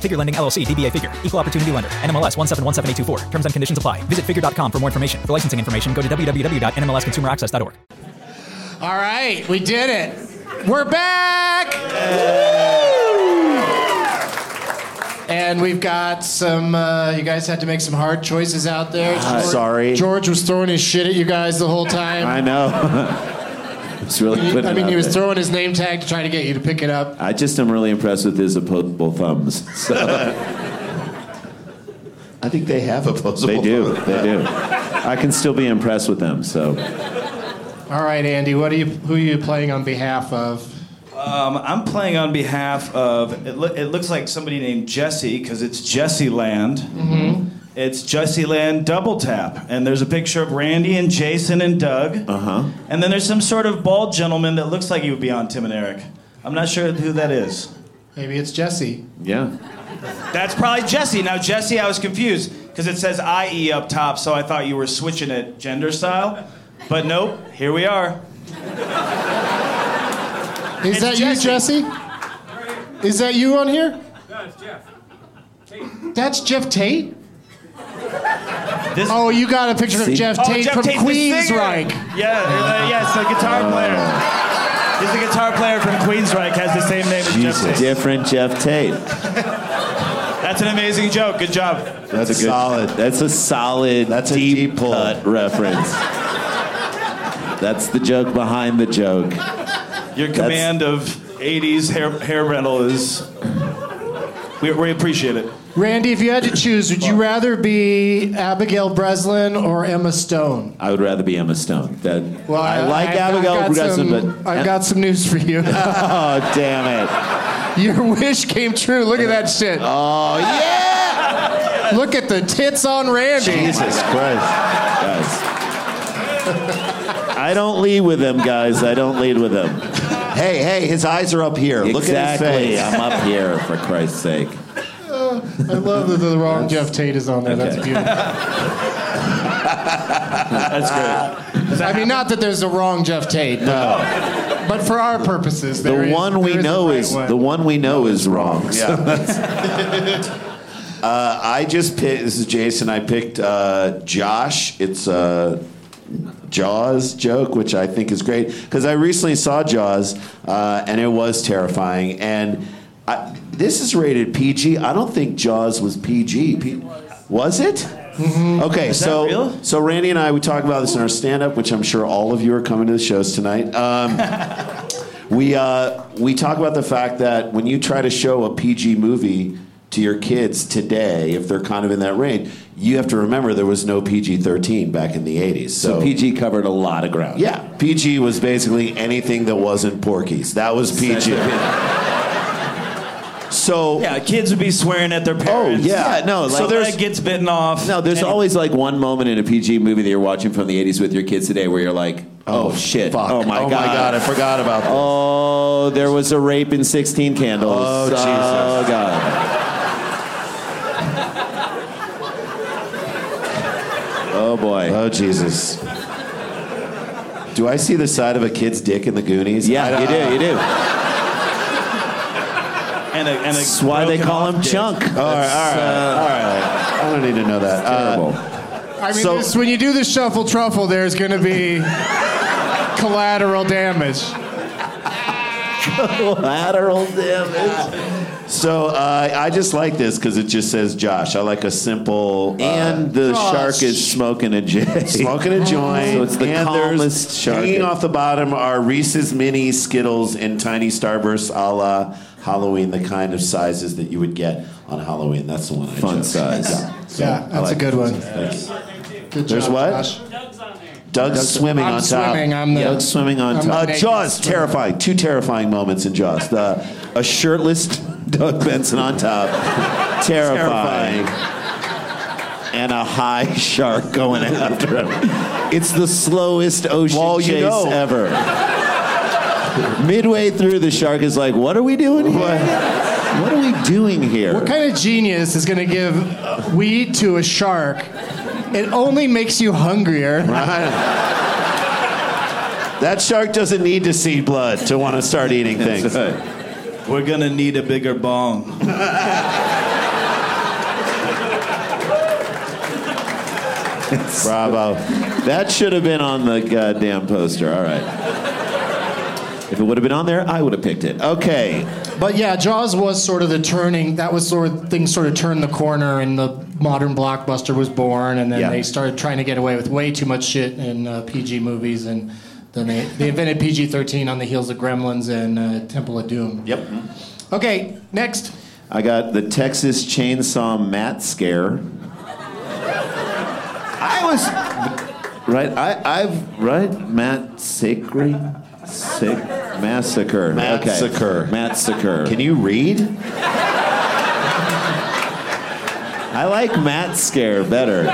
Figure Lending LLC, DBA Figure, Equal Opportunity Lender, NMLS 1717824. Terms and conditions apply. Visit figure.com for more information. For licensing information, go to www.nmlsconsumeraccess.org.
All right, we did it. We're back. And we've got some. Uh, you guys had to make some hard choices out there.
Ah, sorry.
George was throwing his shit at you guys the whole time.
I know. it's really
You-
putting
I
it
mean,
out
he was
there.
throwing his name tag to try to get you to pick it up.
I just am really impressed with his opposable thumbs. So.
I think they have opposable.
They do. They do. I can still be impressed with them. So
All right, Andy, what are you? Who are you playing on behalf of?
Um, I'm playing on behalf of, it, loo- it looks like somebody named Jesse, because it's Jesse Land. It's Jesse Land Double Tap. And there's a picture of Randy and Jason and Doug. Uh huh. And then there's some sort of bald gentleman that looks like he would be on Tim and Eric. I'm not sure who that is.
Maybe it's Jesse.
Yeah.
That's probably Jesse. Now, Jesse, I was confused because it says IE up top, so I thought you were switching it gender style. But nope, here we are.
Is that you, Jesse? Is that you on here?
No, it's Jeff.
That's Jeff Tate. oh, you got a picture of Jeff
Oh,
Tate from
Tate's the singer.
Queensryche.
Yeah, uh, yes, the guitar player. He's the guitar player from Queensryche, has the same name as Jeff Tate.
Oh, different Jeff Tate.
That's an amazing joke. Good job.
That's a good, solid. That's a solid. That's deep, a deep cut reference. that's the joke behind the joke.
Your command of 80s hair, hair rental is. We, we appreciate it.
Randy, if you had to choose, would you rather be Abigail Breslin or Emma Stone?
I would rather be Emma Stone. That
Well,
I, like
I've got-
Abigail
got
Breslin,
some-
but
I've got some news for you.
oh damn it.
Your wish came true. Look at that shit.
Uh,
Oh
yeah! Look at the tits on Randy.
Jesus Christ. Guys. I don't lead with them, guys. I don't lead with them.
Hey, hey, his eyes are up here.
Exactly.
Look at his face.
I'm up here, for Christ's sake.
I love that the wrong Jeff Tate is on there. That's
Okay.
beautiful.
That's great.
I mean, not that there's a wrong Jeff Tate. But, but for our purposes,
The
there is-
one we
there a
know
right
is the one we know is wrong.
Yeah. uh, I just picked. This is Jason. I picked uh, Josh. It's a Jaws joke, which I think is great because I recently saw Jaws uh, and it was terrifying. And I, this is rated PG. I don't think Jaws was PG. P- was it? Okay,
Mm-hmm. Is that
so
real?
so Randy and I we talk about this in our stand-up, which I'm sure all of you are coming to the shows tonight. Um, we uh, we talk about the fact that when you try to show a PG movie to your kids today, if they're kind of in that range, you have to remember there was no PG thirteen back in the '80s. So,
So PG covered a lot of ground.
yeah, PG was basically anything that wasn't Porky's. That was PG. So
Yeah, kids would be swearing at their
Oh,
parents.
yeah. Yeah, no,
so
like-
their leg gets bitten off.
No, there's
Any-
always like one moment in a PG movie that you're watching from the 80s with your kids today where you're like,
Oh, shit!
fuck.
Oh my
Oh,
god!
my God, I forgot about this.
Oh, there was a rape in Sixteen Candles.
Oh, Jesus.
Oh god!
Oh boy. Oh Jesus. Do I see the side of a kid's dick in the Goonies?
Yeah,
I-
you do. You do.
And a, and a
That's why they call him Chunk. All right, all right,
uh,
all right. I don't need to know that. Uh, terrible.
I mean,
So-
this, when you do the shuffle truffle, there's going to be collateral damage.
Collateral damage. So uh, I just like this because it just says Josh. I like a simple uh,
And the shark is smoking a j.
smoking a joint.
So it's the
and there's-
calmest shark.
Hanging off the bottom are Reese's Mini Skittles and Tiny Starbursts, a la Halloween, the kind of sizes that you would get on Halloween. That's the one I
Fun
chose.
size.
Yeah, So
Yeah,
I
that's
like
a good one.
Thanks.
Good
There's
job,
what?
Josh.
Doug's,
Doug's-
swimming
I'm
on top.
swimming, I'm the-
Doug's swimming on
I'm
top.
the
Uh,
naked
Jaws,
swimmer.
terrifying. Two terrifying moments in Jaws. The, a shirtless Doug Benson on top. terrifying. And a high shark going after him. It's the slowest ocean
Well, you
chase
know.
ever.
Midway through, the shark is like, "What are we doing here? What, are we doing here?"
What kind of genius is going to give wheat to a shark? It only makes you hungrier.
Right. That shark doesn't need to see blood to want to start eating things.
We're gonna need a bigger bong.
Bravo.
That should have been on the goddamn poster. All right. If it would have been on there, I would have picked it. Okay.
But
yeah, Jaws was sort of the turning. That was sort of things sort of turned the corner, and the modern blockbuster was born. And then
Yeah.
they started trying to get away with way too much shit in uh, PG movies, and then they, they invented PG thirteen on the heels of Gremlins and uh, Temple of Doom.
Yep.
Okay, next.
I got the Texas Chainsaw Matt scare. I was right. I, I've right Matt Sacre, Sick massacre.
Massacre.
Okay. Massacre.
Can you read?
I like Matt Scare better.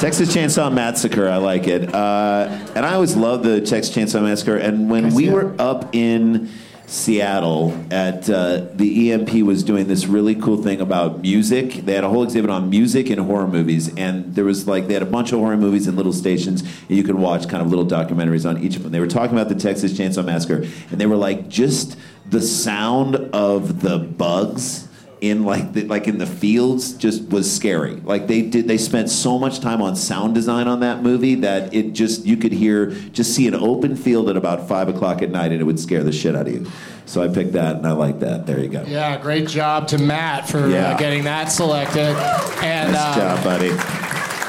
Texas Chainsaw Massacre, I like it. Uh, and I always loved the Texas Chainsaw Massacre. And when we were up in Seattle, at uh, the EMP was doing this really cool thing about music. They had a whole exhibit on music and horror movies, and there was like they had a bunch of horror movies in little stations, and you could watch kind of little documentaries on each of them. They were talking about the Texas Chainsaw Massacre, and they were like just the sound of the bugs in like the, like in the fields just was scary. Like they did they spent so much time on sound design on that movie that it just you could hear just see an open field at about five o'clock at night and it would scare the shit out of you. So I picked that and I like that. There you go.
Yeah, great job to Matt for
Yeah.
uh, getting that selected. And uh,
Nice job, buddy.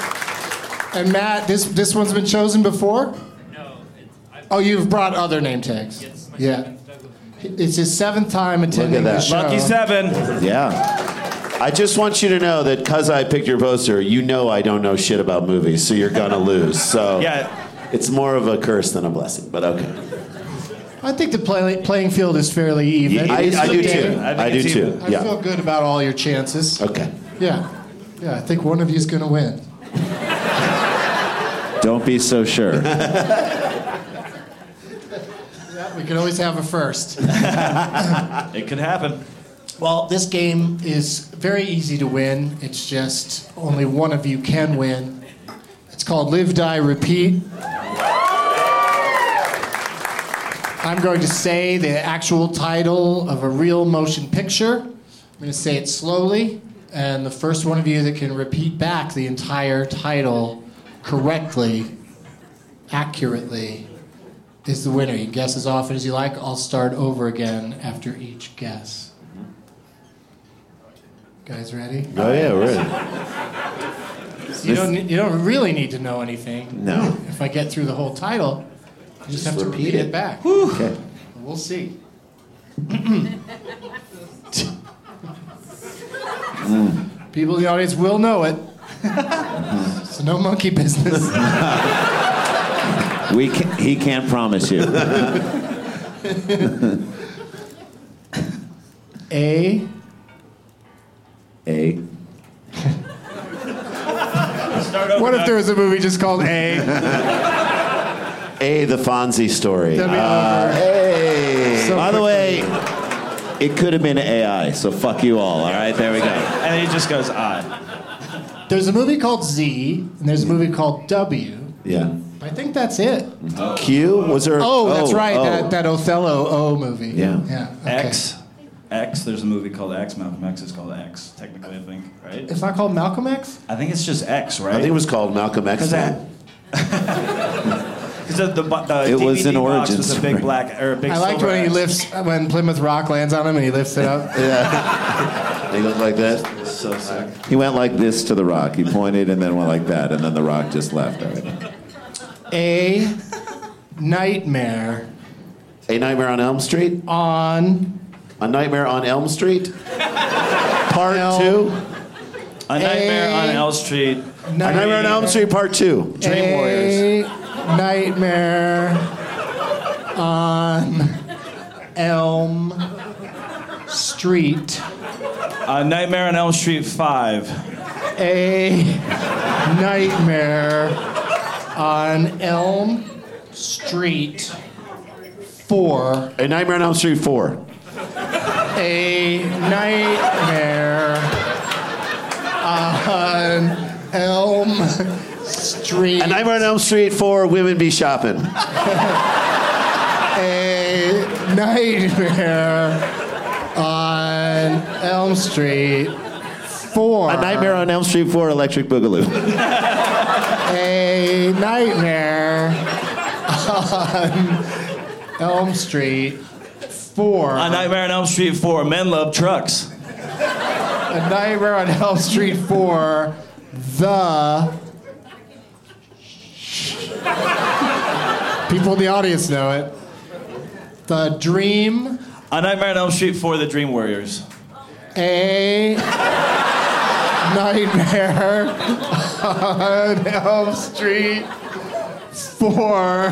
And Matt, this this one's been chosen before. No. oh, you've brought other name tags. yeah. It's his seventh time attending the show.
Lucky seven.
Yeah. I just want you to know that because I picked your poster, you know I don't know shit about movies, so you're gonna lose. So
Yeah.
it's more of a curse than a blessing, but okay.
I think the play, playing field is fairly even.
I, I do too.
I think
I do
it's
too.
even.
I
Yeah.
feel good about all your chances.
Okay.
Yeah. Yeah, I think one of you is going to win.
Don't be so sure.
We can always have a first.
It could happen.
Well, this game is very easy to win. It's just only one of you can win. It's called Live, Die, Repeat. I'm going to say the actual title of a real motion picture. I'm going to say it slowly, and the first one of you that can repeat back the entire title correctly, accurately, is the winner. You guess as often as you like. I'll start over again after each guess. Guys, ready?
Oh yeah, really.
You don't, ne- you don't really need to know anything.
No.
If I get through the whole title, you just, have to
repeat
repeat
it.
it, back.
Okay.
We'll see. Mm. People in the audience will know it. so no monkey business.
We can, he can't promise you.
A
A.
Start over.
What if there was a movie just called A?
A, the Fonzie story.
That'd be
Uh,
over.
hey.
So
By the
quickly.
way, it could have been AI, so fuck you all. All right, there we go.
And he just goes, I.
There's a movie called Z, and there's a movie called W.
Yeah.
I think that's it.
Q? Was there?
Oh, that's right.
oh.
That, that Othello O movie.
Yeah.
Yeah.
X. X. There's a movie called X. Malcolm X is called X, technically, I think, right?
It's not called Malcolm X?
I think it's just X, right?
I think it was called Malcolm X.
Because
then.
the, the, bu- the
It
DVD
was an
box
origin
was a
story.
big black or a big.
I liked
silver
when he
X.
lifts when Plymouth Rock lands on him and he lifts it up.
Yeah. he looked like that.
So sick.
He went like this to the rock. He pointed and then went like that, and then the rock just left. All right.
a nightmare
A Nightmare on Elm Street?
on
A Nightmare on Elm Street? Part
Elm.
two?
A Nightmare on
A-
Elm Street.
A Nightmare on Elm Street, part two.
Dream Warriors.
a nightmare on Elm Street.
A Nightmare on Elm Street five.
A nightmare on Elm Street. Four.
A Nightmare on Elm Street, four.
a nightmare on Elm Street.
A Nightmare on Elm Street, four, women be shopping.
A nightmare on Elm Street. Four.
A Nightmare on Elm Street, four, electric boogaloo.
A nightmare on Elm Street. Four.
A Nightmare on Elm Street four. Men love trucks.
A Nightmare on Elm Street 4, the. People in the audience know it. The Dream,
A Nightmare on Elm Street four. The Dream Warriors.
a Nightmare on Elm Street 4,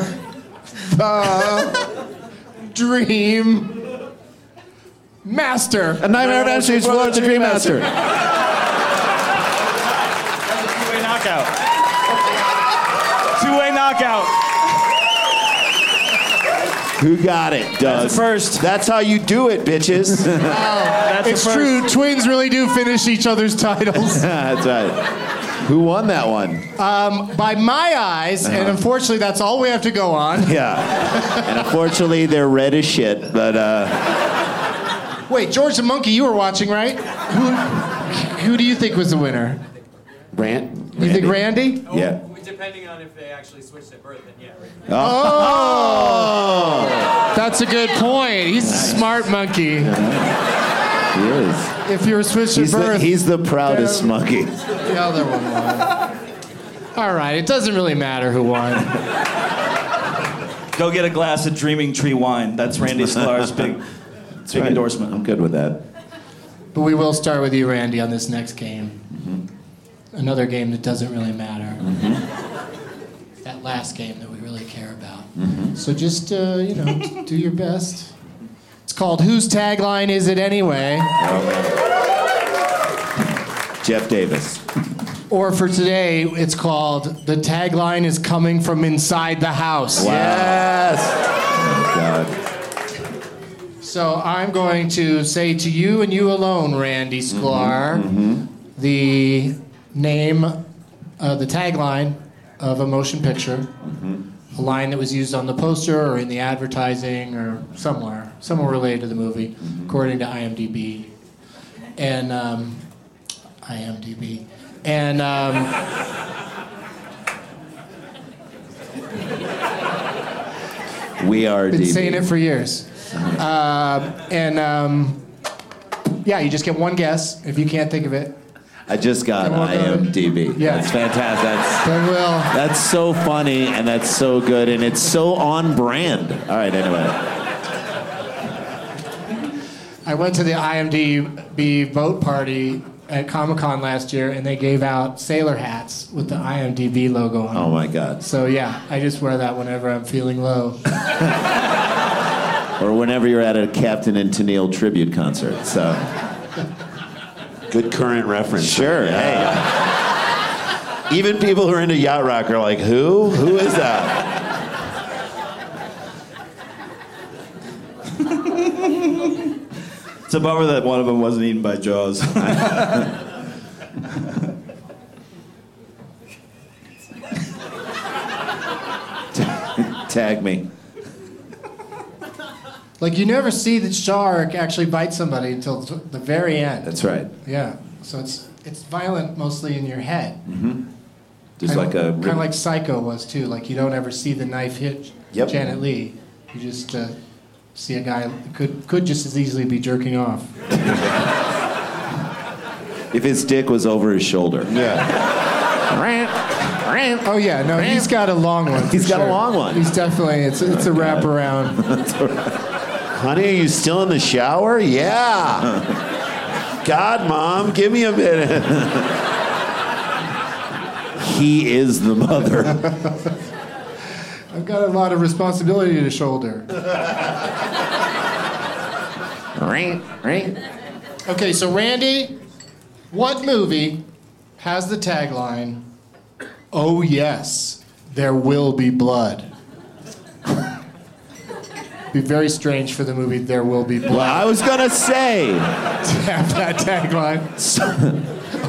the Dream Master.
A Nightmare on Elm Street, four, the Dream Master.
Two way knockout. Two way knockout.
Who got it, Doug?
That's a first.
That's how you do it, bitches.
That's a
It's
first.
true, twins really do finish each other's titles.
That's right. Who won that one?
Um, by my eyes, and unfortunately, that's all we have to go on.
Yeah. And unfortunately, they're red as shit, but uh,
Wait, George the Monkey, you were watching, right? Who, who do you think was the winner?
Brant?
You think Randy?
Yeah.
Depending on if they actually switched at birth, then yeah.
Oh!
That's a good point. He's a smart monkey.
He is.
If you were switched at
He's the,
birth,
he's the proudest
Yeah.
monkey.
the other one won. All right, it doesn't really matter who won.
Go get a glass of Dreaming Tree wine. That's Randy Sklar's big, big
right.
endorsement.
I'm good with that.
But we will start with you, Randy, on this next game. Another game that doesn't really matter. That last game that we really care about. So just, uh, you know, do your best. It's called Whose Tagline Is It Anyway?
Jeff Davis.
Or for today, it's called The Tagline Is Coming From Inside the House.
Yes. Oh, God.
So I'm going to say to you and you alone, Randy Sklar, the name, uh, the tagline of a motion picture, a line that was used on the poster or in the advertising or somewhere, somewhere related to the movie, according to IMDb. And um, IMDb. And um,
We are
been
DB.
saying it for years. Uh, and um, yeah, you just get one guess. If you can't think of it,
I just got
You're welcome.
IMDb.
Yeah.
That's fantastic. That's,
then we'll.
that's so funny and that's so good and it's so on brand. All right, anyway.
I went to the IMDb vote party at Comic Con last year, and they gave out sailor hats with the IMDb logo on.
Oh
them.
my God.
So yeah, I just wear that whenever I'm feeling low.
Or whenever you're at a Captain and Tennille tribute concert. So. Good current reference. Sure. Hey. Even people who are into yacht rock are like, who? Who is that?
It's a bummer that one of them wasn't eaten by Jaws.
Tag me.
Like you never see the shark actually bite somebody until th- the very end.
That's right.
Yeah. So it's it's violent mostly in your head.
Mm-hmm. There's
Kinda-
like a
kind of like Psycho was too. Like you don't ever see the knife hit
Yep.
Janet Lee. You just uh, see a guy who could could just as easily be jerking off.
if his dick was over his shoulder. Yeah.
Oh yeah, no, he's got a long one.
He's
for
got a
sure.
long one.
He's definitely it's it's a wraparound.
Honey, are you still in the shower? Yeah. God, mom, give me a minute.
He is the mother.
I've got a lot of responsibility to shoulder.
Right, right.
Okay, so Randy, what movie has the tagline, Oh yes, there will be blood? be very strange for the movie There Will Be Blood.
Well, I was gonna say. to
have that tagline.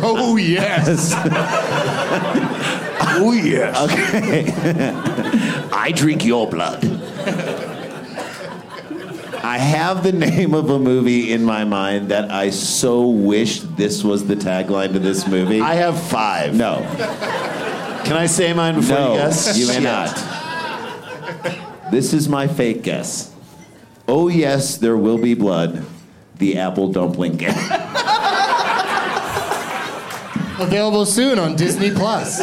oh yes.
oh yes. Okay. I drink your blood. I have the name of a movie in my mind that I so wish this was the tagline to this movie. I have five. No. Can I say mine
before you
no,
guess?
You may
Shit.
not. This is my fake guess. Oh yes, there will be blood. The apple dumpling gang.
Available soon on Disney Plus.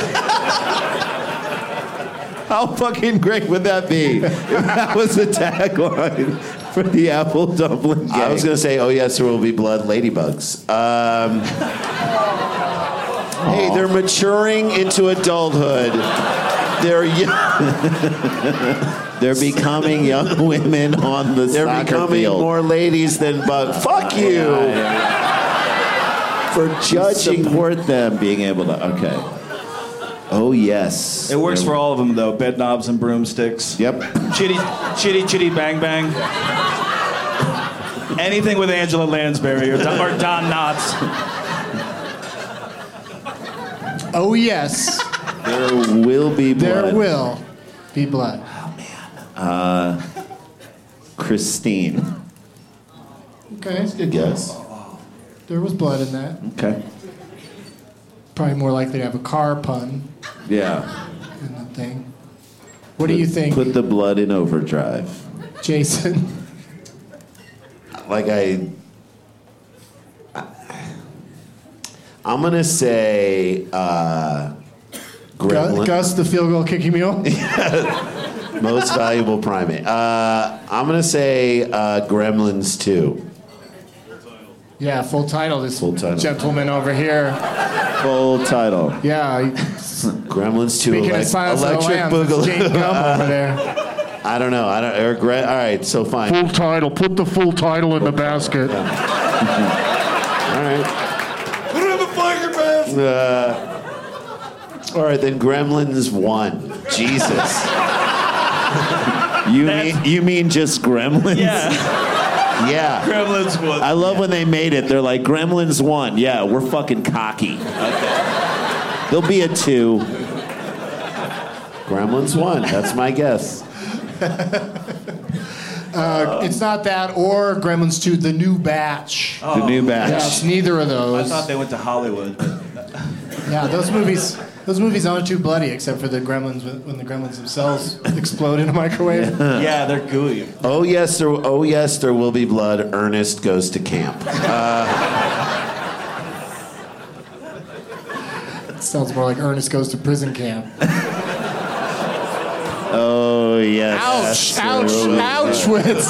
How fucking great would that be? If that was the tagline for the Apple Dumpling Gang.
I was going to say, oh, yes, there will be blood ladybugs. Um, hey, they're maturing into adulthood. They're young.
They're becoming young women on the
They're
soccer
becoming
field.
more ladies than bugs. Fuck you.
for judging. Support them being able to. Okay. Oh yes.
It works for all of them though. Bed knobs and broomsticks.
Yep.
Chitty, chitty, chitty, bang, bang. Anything with Angela Lansbury or Don, or Don Knotts.
Oh yes,
There will be blood.
there will be blood.
Uh, Christine.
Okay, that's a
Good guess.
There was blood in that.
Okay.
Probably more likely to have a car pun
Yeah.
in the thing. What do you think,
Put the blood in overdrive.
Jason?
like I, I am gonna say uh,
Gus,
gremlin,
Gus the field goal kicking mule.
most valuable primate. Uh, I'm gonna say uh, Gremlins two.
Yeah, full title. This
Full title.
gentleman over here.
Full title.
Yeah. he-
Gremlins two.
Speaking of
elec-
Silence of the
electric
Lambs, it's
boogaloo.
Jane Gum over there.
I don't know. I don't. Or, Gre- all right. So fine.
Full title. Put the full title in the basket.
All right. Uh, all right, then Gremlins one. Jesus. you mean you mean just Gremlins? Yeah. yeah.
Gremlins one.
I love when they made it. They're like Gremlins one. Yeah, we're fucking cocky. There'll be a two. Gremlins one. That's my guess.
Uh, it's not that or Gremlins 2, The New Batch.
The new batch.
Oh. Yeah, it's neither of those.
Oh, I thought they went to Hollywood.
Yeah, those movies. Those movies aren't too bloody, except for the Gremlins when when the Gremlins themselves explode in a microwave.
yeah, they're gooey.
Oh yes, there. Oh yes, there will be blood. Ernest goes to camp. Uh,
Sounds more like Ernest goes to prison camp.
oh yes.
Ouch! Ouch! Ouch! Wits.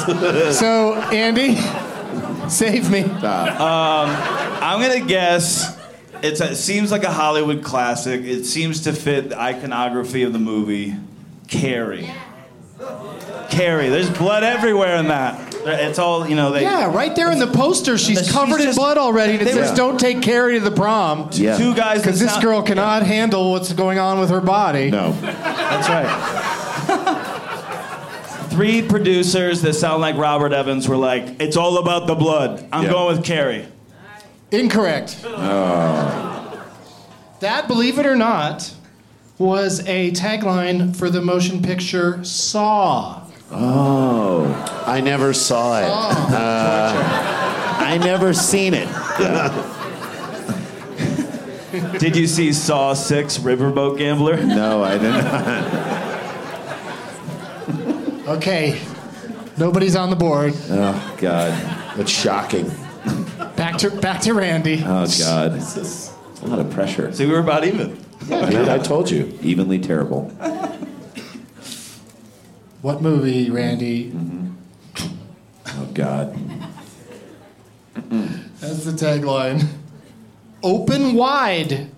So Andy, save me.
Um, I'm gonna guess. It's a, it seems like a Hollywood classic. It seems to fit the iconography of the movie. Carrie. Carrie. There's blood everywhere in that. It's all you know. They,
Yeah, right there in the poster, she's
She's
covered in
just-
blood already, and it
They
says,
were-
"Don't take Carrie to the prom."
Yeah. Two guys that
because this
sound-
girl cannot handle what's going on with her body.
No,
That's right. three producers that sound like Robert Evans were like, it's all about the blood. I'm
Yeah.
going with Carrie.
Incorrect.
Oh.
That, believe it or not, was a tagline for the motion picture Saw.
Oh, I never saw it.
Oh.
Uh, I never seen it.
Did you see Saw 6 Riverboat Gambler?
No, I did not.
Okay, nobody's on the board.
Oh God,
that's shocking.
Back to back to Randy.
Uh.
Oh God, a lot of pressure.
See, we were about even.
I told you, evenly terrible.
What movie, Randy?
Oh God.
That's the tagline. Open wide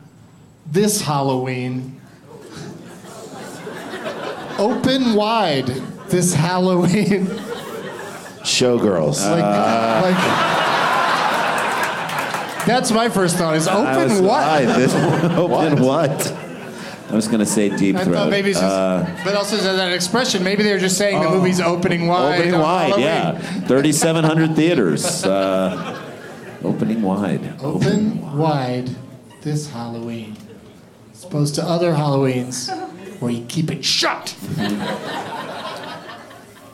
this Halloween. Open wide this Halloween.
Showgirls.
Uh,
like, like, that's my first thought is open
I was,
wide.
I- this- open what? I was gonna say deep
I
throat.
thought maybe it's just,
Uh, Oh.
but also there's that expression. Maybe they're just saying the movie's opening wide.
opening
on
wide,
Halloween.
yeah. 3,700 theaters. Uh, opening wide.
Open wide this Halloween, as opposed to other Halloweens where you keep it shut.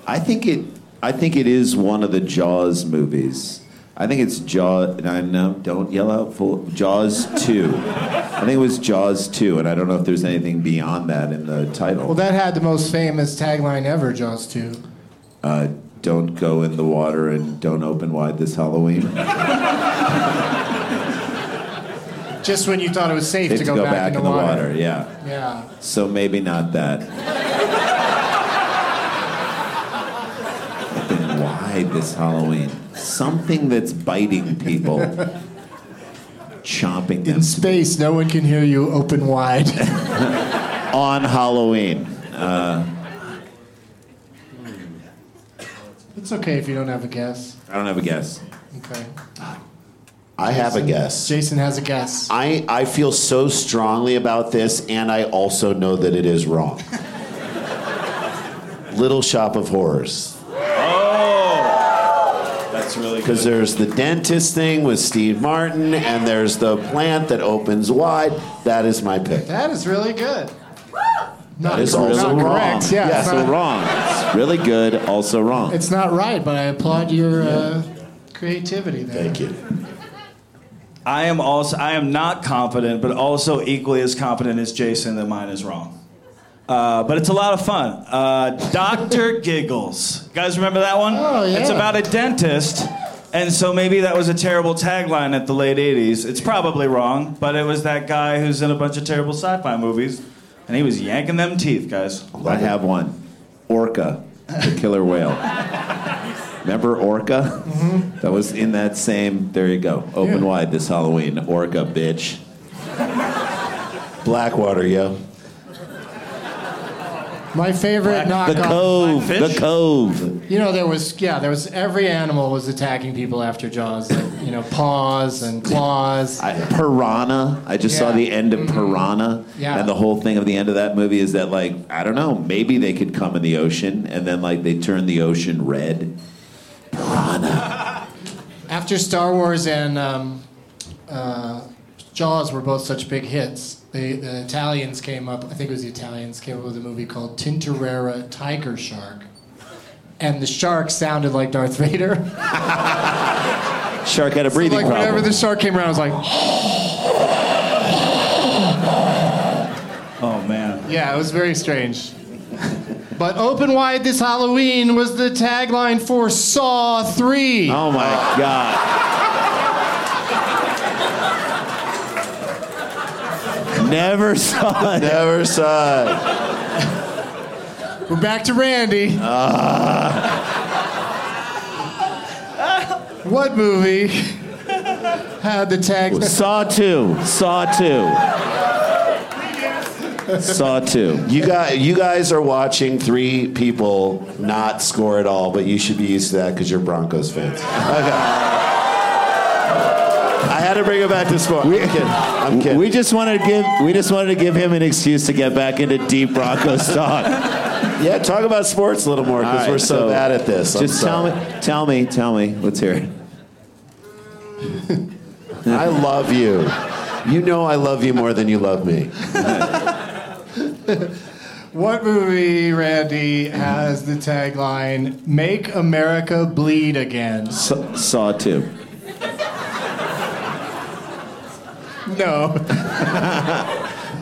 I think it. I think it is one of the Jaws movies. I think it's Jaws. And I know, don't yell out full Jaws two. I think it was Jaws two, and I don't know if there's anything beyond that in the title.
Well, that had the most famous tagline ever, Jaws 2.
uh, don't go in the water and don't open wide this Halloween.
Just when you thought it was safe
Safe
to go, back, in the, water.
Yeah.
Yeah.
So maybe not that. open wide this Halloween. Something that's biting people, chomping them
In space, no one can hear you open wide.
on Halloween. Uh,
it's okay if you don't have a guess.
I don't have a guess.
Okay.
I have a guess.
Jason has a guess.
I, I feel so strongly about this, and I also know that it is wrong. Little Shop of Horrors.
Oh! That's really
Because there's the dentist thing with Steve Martin, and there's the plant that opens wide. That is my pick.
That is really good. Not,
That is
cor-
also
not
wrong.
correct. Yeah,
Yeah,
it's,
so
not,
Wrong. It's really good, also wrong.
it's not right, but I applaud your uh, creativity there.
Thank you.
I am also I am not confident, but also equally as confident as Jason that mine is wrong. Uh, but it's a lot of fun. Uh, Doctor Giggles, you guys remember that one?
Oh, yeah.
It's about a dentist, and so maybe that was a terrible tagline at the late '80s. It's probably wrong, but it was that guy who's in a bunch of terrible sci-fi movies, and he was yanking them teeth, guys.
I have one. Orca, the killer whale. Remember Orca?
Mm-hmm.
That was in that same. There you go. Open
Yeah.
wide this Halloween. Orca, bitch.
Blackwater, yo.
My favorite
The
knockoff.
cove. The cove.
You know, there was yeah, there was every animal was attacking people after Jaws. Like, you know, paws and claws.
I, Piranha. I just saw
Yeah. Mm-hmm.
the end of Piranha.
Yeah.
And the whole thing of the end of that movie is that, like, I don't know, maybe they could come in the ocean and then, like, they turn the ocean red.
After Star Wars and um, uh, Jaws were both such big hits, the, the Italians came up. I think it was the Italians came up with a movie called Tintorera Tiger Shark, and the shark sounded like Darth Vader.
Shark had a breathing
like
problem.
whenever the shark came around, I was like,
Oh man.
yeah, it was very strange. But open wide this Halloween was the tagline for Saw 3.
Oh my God. Never saw it.
Never saw it.
We're back to Randy.
Uh.
What movie had the tag?
Saw two. Saw two. Saw two.
You guys, you guys are watching three people not score at all, but you should be used to that because you're Broncos fans. Okay. I had to bring it back to score. I'm kidding. I'm kidding.
We just wanted to give we just wanted to give him an excuse to get back into deep Broncos talk. Yeah, talk about sports a little more because we're so, bad at this. I'm
Just tell
sorry.
me, tell me, tell me. Let's hear it.
I love you. You know I love you more than you love me.
What movie, Randy, has the tagline "Make America Bleed Again"?
Saw, saw two.
No.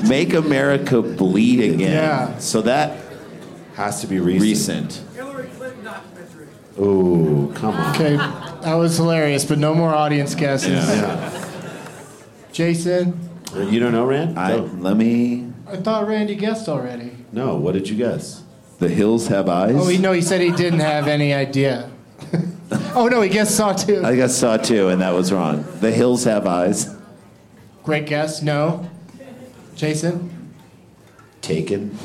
Make America bleed again.
Yeah.
So that
has to be
recent.
Hillary Clinton documentary.
Ooh, come on.
Okay, that was hilarious, but no more audience guesses. Jason,
You don't know, Rand?
I, let me.
I thought Randy guessed already.
No. What did you guess?
The hills have eyes.
Oh, he, no, he said he didn't have any idea. oh no, he guessed Saw Two.
I guess saw two, and that was wrong. The hills have eyes.
Great guess. No. Jason,
Taken.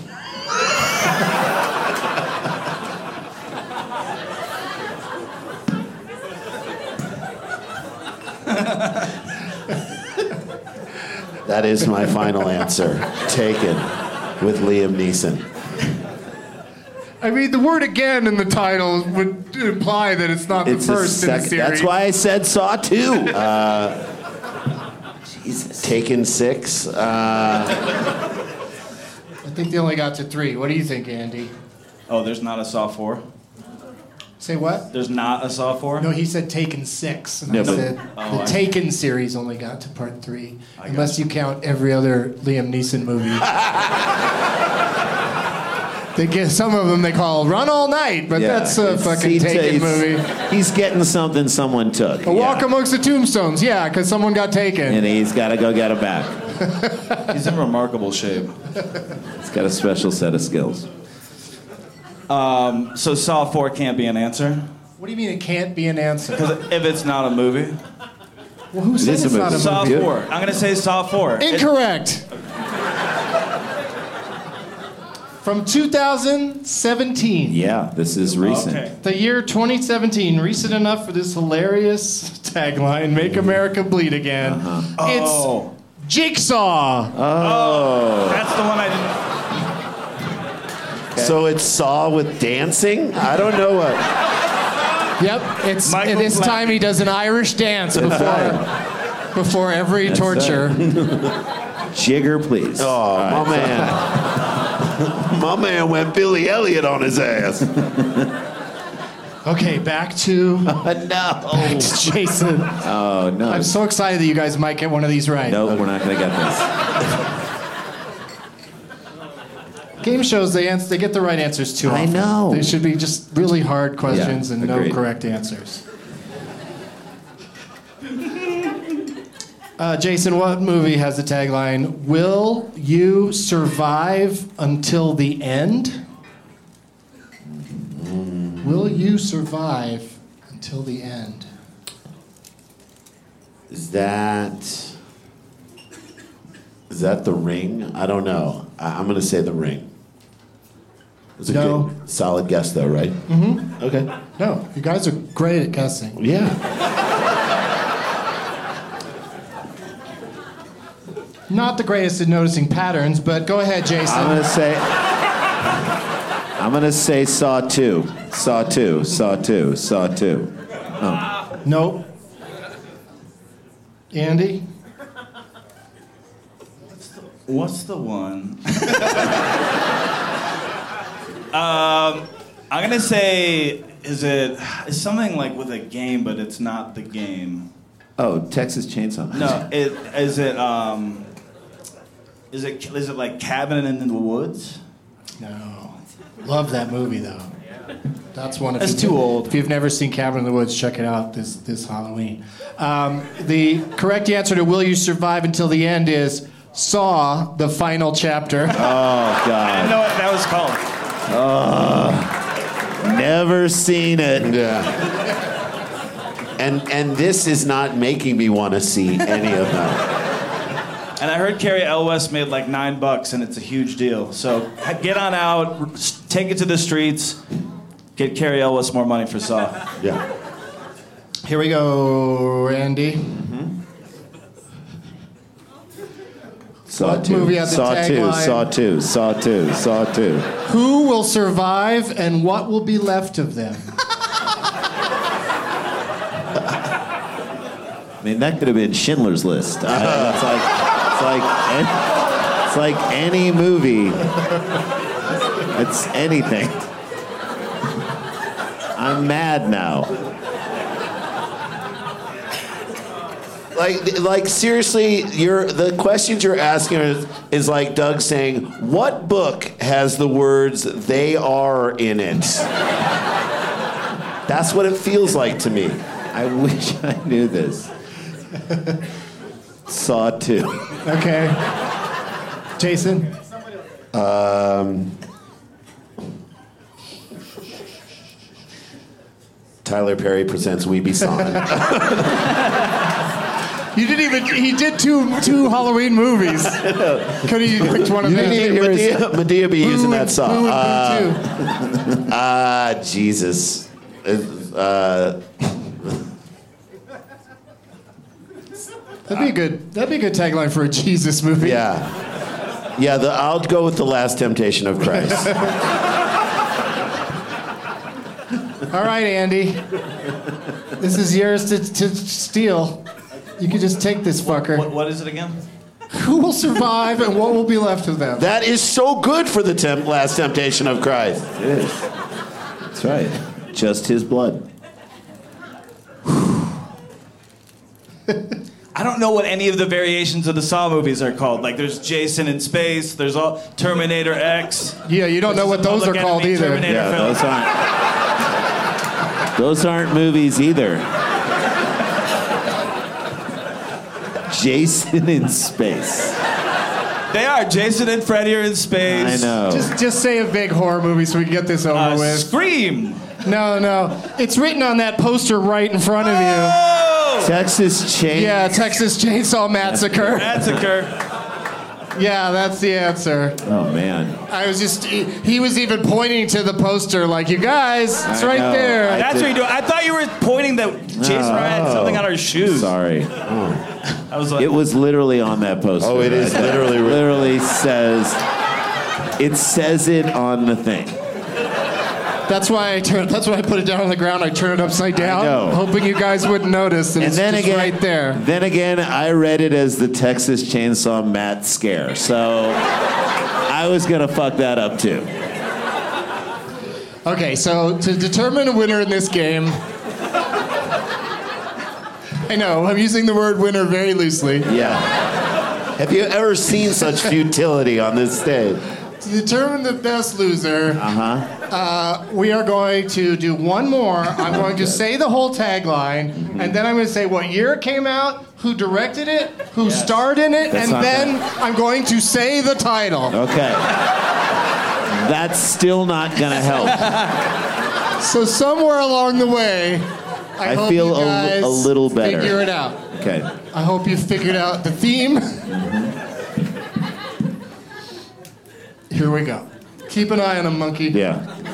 that is my final answer. Taken with Liam Neeson.
I mean the word "again" in the title would imply that it's not
It's
the
the
first in the
sec-
series.
that's why I said Saw Two. Uh, Taken Six. Uh,
I think they only got to three. What do you think, Andy?
Oh, there's not a Saw 4?
Say what?
There's not a Saw 4?
No, he said Taken Six, and
No,
I
but-
said
Oh,
the
I-
Taken series only got to part three, unless you count every other Liam Neeson movie. they get some of them they call Run All Night, but
Yeah,
that's a
it's-
fucking
he ta-
Taken
he's-
movie.
He's getting something someone took.
A Walk Amongst the Tombstones, yeah, because someone got taken.
And he's got to go get it back.
He's in remarkable shape.
He's got a special set of skills.
Um, so Saw 4 can't be an answer?
What do you mean it can't be an answer?
Because if it's not a movie,
Well, who said
is
it's
a movie.
not a
Saw
movie?
4. I'm going to say Saw 4. It-
Incorrect. From 2017.
Yeah, this is recent.
Okay.
The year 2017, recent enough for this hilarious tagline, Make America Bleed Again.
Oh.
It's Jigsaw.
oh.
That's the one I didn't.
So it's Saw with dancing? I don't know what.
yep, it's
Michael
this
Flanagan.
time he does an Irish dance
That's
before before every torture.
Jigger, please.
Oh, my man. my man went Billy Elliot on his ass.
Okay, back to
no.
Jason.
Oh, no.
I'm so excited that you guys might get one of these right.
Nope, we're not going to get this.
Game shows they ans- they get the right answers too.
I
often.
know.
They should be just really hard questions
Yeah,
and
agreed.
no correct answers. Uh, Jason, what movie has the tagline "Will you survive until the end"? Will you survive until the end?
Is that. Is that the ring? I don't know. I, I'm going to say the ring. It's a
No.
good, solid guess, though, right? Mm-hmm. Okay.
No, you guys are great at guessing.
Yeah.
Not the greatest at noticing patterns, but go ahead, Jason.
I'm going to say. I'm going to say Saw 2. Saw 2. Saw 2. Saw 2.
Nope. Andy?
What's the one? um, Um, I'm going to say, is it it's something like with a game, but it's not the game.
Oh, Texas Chainsaw.
No, it, is it um, is it is it like cabin in the woods?
No. Love that movie though. That's one. If
That's
you've-
too old.
If you've never seen Cabin in the Woods, check it out this this Halloween. Um, the correct answer to "Will you survive until the end?" is "Saw the final
Oh,
chapter."
I
God.
didn't know what that was called.
Never seen it. And, and this is not making me want to see any of them.
And I heard Carrie Elwes made like nine bucks, and it's a huge deal. So ha- get on out, r- s- take it to the streets, get Carrie Elwes more money for Saw.
Yeah.
Here we go, Randy.
Saw
What
two.
movie had the
saw, two
tagline?
saw two. Saw two. Saw two.
Who will survive and what will be left of them?
I mean, that could have been Schindler's List. I- it's like, it's like, an- it's like any movie. It's anything. I'm mad now.
Like, like seriously, you're, the questions you're asking is, is like Doug saying, "What book has the words they are in it?" That's what it feels like to me.
I wish I knew this. Saw two.
Okay. Jason?
Um, Tyler Perry presents We Be Song.
You didn't even, he did two, two Halloween movies. Could he picked one of
You
them?
didn't even hear Medea, Medea be using that song. Uh, Ah, Jesus. Uh,
That'd be a good, that'd be a good tagline for a Jesus movie.
Yeah. yeah, the, I'll go with The Last Temptation of Christ.
All right, Andy. This is yours to, to steal. You can just take this fucker. What,
what is it again?
Who will survive and what will be left of them?
that is so good for The temp- Last Temptation of Christ.
It is. That's right. Just his blood.
I don't know what any of the variations of the Saw movies are called. Like, there's Jason in space. There's all Terminator X.
Yeah, you don't know what those are
Public
called
Enemy,
either.
Terminator
Yeah,
film.
those aren't. Those aren't movies either. Jason in space.
They are. Jason and Freddy are in space.
I know.
Just, just say a big horror movie so we can get this over
Uh,
with.
Scream.
No, no. It's written on that poster right in front of you.
Oh!
Texas chain.
Yeah, Texas Chainsaw Massacre.
That's a cur.
Yeah, that's the answer.
Oh man.
I was just, he, he was even pointing to the poster, like, you guys, it's
I
right
know.
there.
I
That's
did-
what you do. I thought you were pointing that Jason
Oh.
had something on our shoes.
Sorry.
I was like,
It was literally on that poster.
Oh, it is literally written.
literally says it says it on the thing.
That's why I turned. That's why I put it down on the ground. I turned it upside down,
know.
hoping you guys wouldn't notice. And,
And
it's
then
just
again,
right there.
Then again, I read it as the Texas Chainsaw Matt scare. So I was gonna fuck that up too.
Okay, so to determine a winner in this game, I know I'm using the word winner very loosely.
Yeah. Have you ever seen such futility on this stage?
To determine the best loser,
Uh huh.
uh, we are going to do one more. I'm going to say the whole tagline,
Mm-hmm.
and then I'm going to say what year it came out, who directed it, who starred in it,
That's
and
not
then I'm going to say the title.
Okay. That's still not gonna help.
So somewhere along the way, I,
I
hope
feel
you
a li-
guys
a little better.
Figure it out.
Okay.
I hope you figured out the theme.
Mm-hmm.
Here we go. Keep an eye on him, monkey.
Yeah.
No,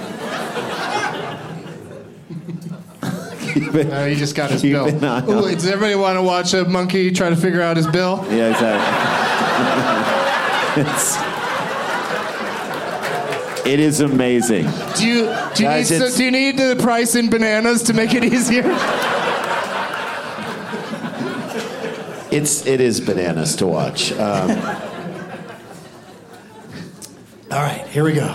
Uh, he just got his
Keep
bill.
an eye on
Ooh,
him.
does everybody want to watch a monkey try to figure out his bill?
Yeah. Exactly. it's, it is amazing.
Do you do you,
Guys,
need,
it's-
so, do you need the price in bananas to make it easier?
It's it is bananas to watch. Um,
All right, here we go.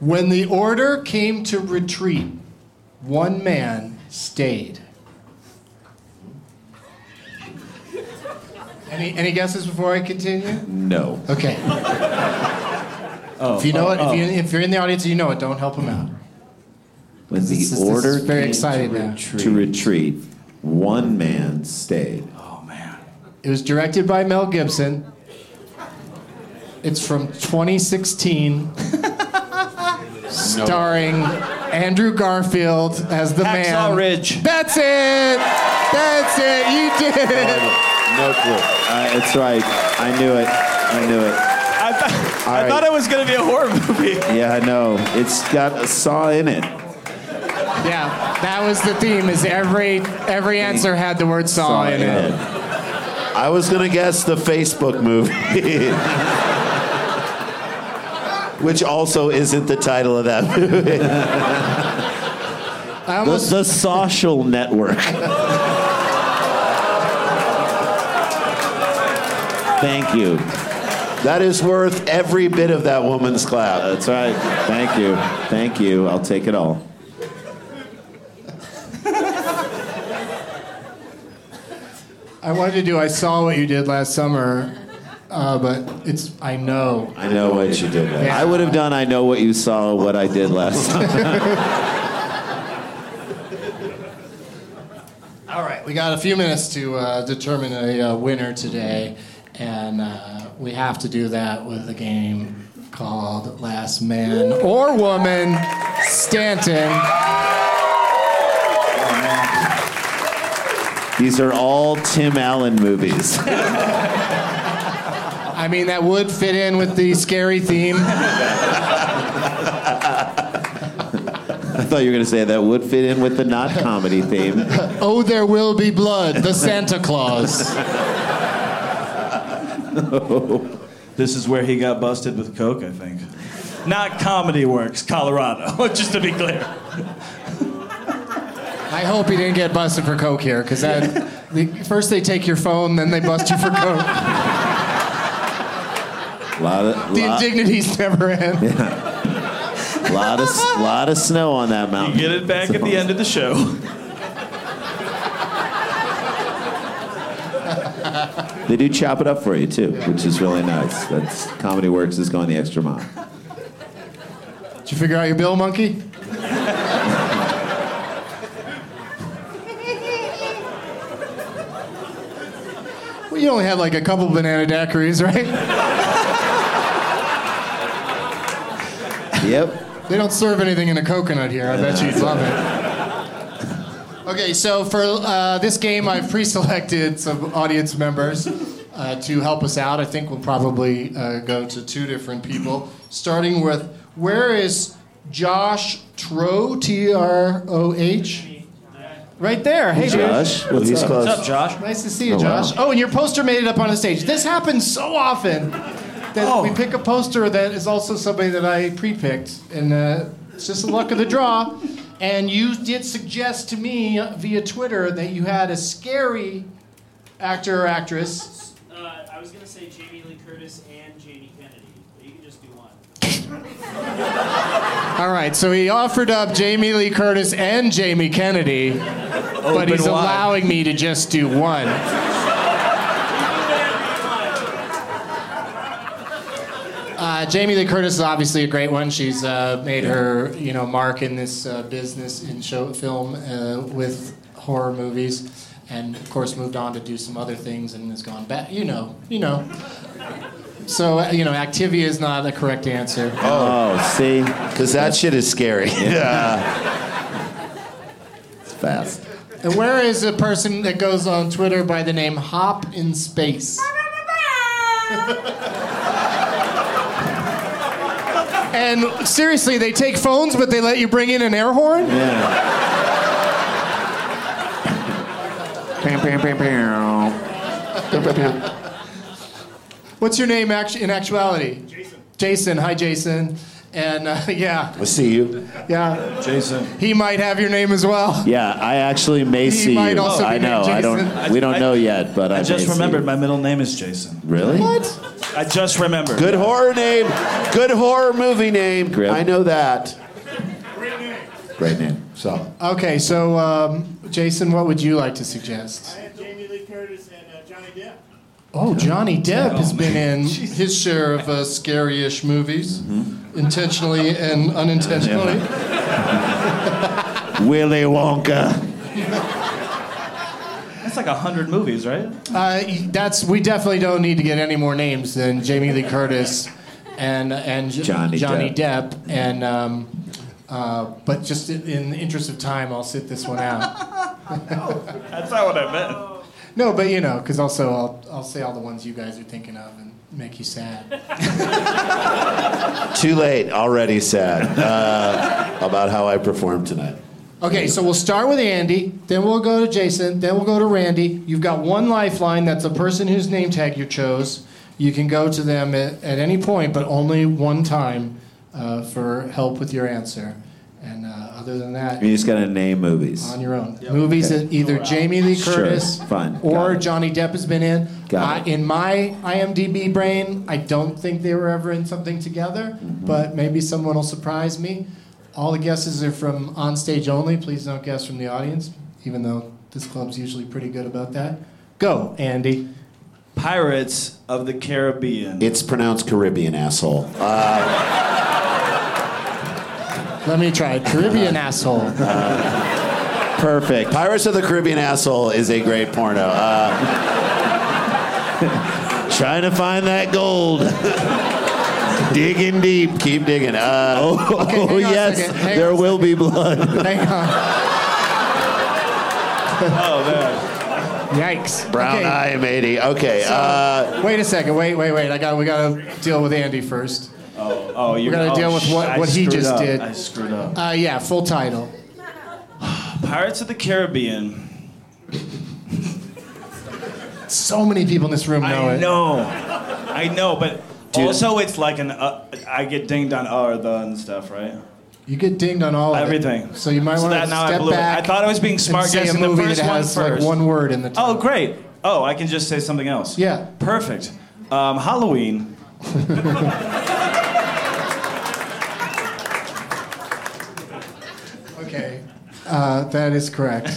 when the order came to retreat, one man stayed. Any, any guesses before I continue?
No.
Okay. if you know it, if, you, if you're in the audience, and you know it. Don't help him out.
When the
This is- this
order
is very
came
exciting
to
now.
retreat, to retreat, one man stayed.
It was directed by Mel Gibson. It's from 2016. Starring Andrew Garfield as the
Hacksaw
man.
Ridge.
That's it. That's it. You did it.
Oh, No clue. Uh, it's right. I knew it. I knew it.
I, thought
All
I
right.
thought it was going to be a horror movie.
Yeah, I know. It's got a saw in it.
Yeah, that was the theme. Is every every answer had the word saw, in it?
I was gonna guess the Facebook movie, which also isn't the title of that movie.
I
the, the Social Network. Thank you. That is worth every bit of that woman's clap.
That's right. Thank you. Thank you. I'll take it all.
I wanted to do. I saw what you did last summer, uh, but it's. I know.
I know what you did.
Yeah.
I would have done. I know what you saw. What I did last time.
All right, we got a few minutes to uh, determine a uh, winner today, and uh, we have to do that with a game called Last Man or Woman Stanton.
These are all Tim Allen movies.
I mean, that would fit in with the scary theme.
I thought you were going to say that would fit in with the not comedy theme.
Oh, there will be blood, the Santa Claus.
This is where he got busted with coke, I think. Not Comedy Works, Colorado, just to be clear.
I hope he didn't get busted for coke here, because that the, first they take your phone, then they bust you for coke.
lot of,
The
lot,
indignities never end.
lot of, s- lot of snow on that mountain.
Get it back at the end of the show.
They do chop it up for you too, which is really nice. That's Comedy Works is going the extra mile.
Did you figure out your bill, monkey? well, you only had like a couple banana daiquiris, right?
Yep.
They don't serve anything in a coconut here. I bet you'd love it. Okay, so for uh, this game, I've pre selected some audience members uh, to help us out. I think we'll probably uh, go to two different people, starting with where is Josh Troh, T R O H? Right there. Hey,
Josh. Well, he's close.
What's up, Josh?
Nice to see you,
Oh, wow.
Josh. Oh, and your poster made it up on a stage. This happens so often that we pick a poster that is also somebody that I pre picked, and uh, it's just the luck of the draw. And you did suggest to me via Twitter that you had a scary actor or actress.
Uh, I was gonna say Jamie Lee Curtis and Jamie Kennedy, but you can just do one.
All right, so he offered up Jamie Lee Curtis and Jamie Kennedy, but he's
wide.
allowing me to just do one. Uh, Jamie Lee Curtis is obviously a great one. She's uh, made her you know mark in this uh, business in show film uh, with horror movies, and of course moved on to do some other things and has gone back. You know, you know. So uh, you know, Activia is not the correct answer.
Oh, see, because
That shit is scary. Yeah.
that's fast.
And where is a person that goes on Twitter by the name Hop in Space? and seriously, they take phones, but they let you bring in an air horn?
Yeah.
What's your name actu- in actuality? Jason. Jason. Hi, Jason. And uh, yeah,
I see you.
yeah.
Jason.
He might have your name as well.
Yeah, I actually may
He
see
might
you.
also
I
be
know.
named
I don't.
Jason.
We don't
I-
know yet, but I,
I just
may see
remembered
you.
my middle name is Jason.
Really?
What?
I just remembered.
Good horror name. Good horror movie name.
Grip.
I know that.
Great name.
So
Okay, so um, Jason, what would you like to suggest?
I have Jamie Lee Curtis and uh, Johnny Depp.
Oh, Johnny Depp has been in his share of uh, scary-ish movies, intentionally and unintentionally.
Willy Wonka.
That's like a hundred movies, right?
Uh, that's we definitely don't need to get any more names than Jamie Lee Curtis and and J-
Johnny
Depp, and um, uh, but just in, in the interest of time, I'll sit this one out.
That's not what I meant.
No, but you know, because also I'll I'll say all the ones you guys are thinking of and make you sad.
Too late. Already sad uh, about how I performed tonight.
Okay, so we'll start with Andy, then we'll go to Jason, then we'll go to Randy. You've got one lifeline. That's the person whose name tag you chose. You can go to them at, at any point, but only one time uh, for help with your answer. And uh, other than that,
You just got to name movies.
on your own. Movies that either Jamie Lee
Sure,
Curtis
fine, got
or
it.
Johnny Depp has been in.
Got
Uh, in my IMDb brain, I don't think they were ever in something together, but maybe someone will surprise me. All the guesses are from on stage only. Please don't guess from the audience, even though this club's usually pretty good about that. Go, Andy.
Pirates of the Caribbean.
It's pronounced Caribbean, asshole. Uh,
Let me try it. Caribbean asshole.
perfect. Pirates of the Caribbean, asshole is a great porno. Uh, trying to find that gold. digging deep. Keep digging. Uh, oh,
hang on a
yes,
second, hang
there
on a
will be blood.
Hang on.
Oh, man.
Yikes.
Brown
Okay.
eye, matey. Okay.
So-
uh,
Wait a second. Wait, wait, wait. I got. We gotta deal with Andy first.
Oh, oh
We
you
gotta
oh,
deal with
sh-
what-
I
what he
screwed
just
up.
did.
I screwed up.
Uh, yeah, full title.
Pirates of the Caribbean.
So many people in this room know
I
it.
know. I know, but also it's like an uh, I get dinged on uh or the and stuff, right?
You get dinged on all of it.
Everything.
So you might
So
want to
that now I
step
blew it.
back.
I thought I was being smart
and say a
guessing the
movie
first
that
one
has
first.
like one word in the title.
Oh, great. Oh, I can just say something else.
Yeah.
Perfect. Um, Halloween.
Okay, uh, that is correct.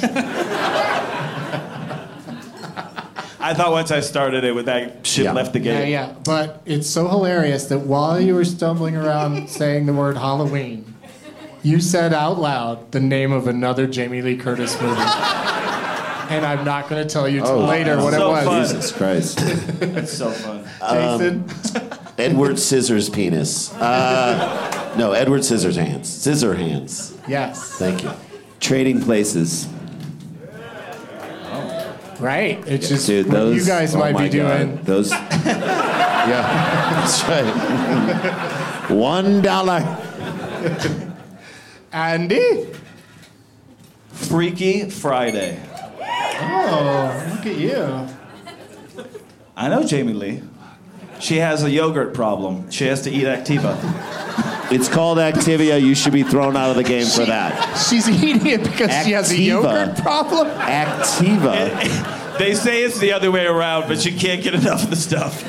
I thought once I started it with that shit left the
yeah,
gate.
yeah. But it's so hilarious that while you were stumbling around saying the word Halloween, you said out loud the name of another Jamie Lee Curtis movie. and I'm not going to tell you till
Oh,
later what
so
it was.
fun.
Jesus Christ.
That's so fun.
Jason.
Edward Scissors penis. Uh, no, Edward Scissors hands. Scissor hands.
yes.
Thank you.
Trading Places.
Right. It's just
Dude,
what
those.
you guys
oh
might
my
be
God,
doing.
Those.
Yeah, that's right. One dollar.
Andy.
Freaky Friday.
Oh, look at you.
I know Jamie Lee. She has a yogurt problem. She has to eat Activa.
It's called Activia. You should be thrown out of the game for that.
She's eating it because she has a
Activa.
yogurt problem.
Activa.
they say it's the other way around, but she can't get enough of the stuff.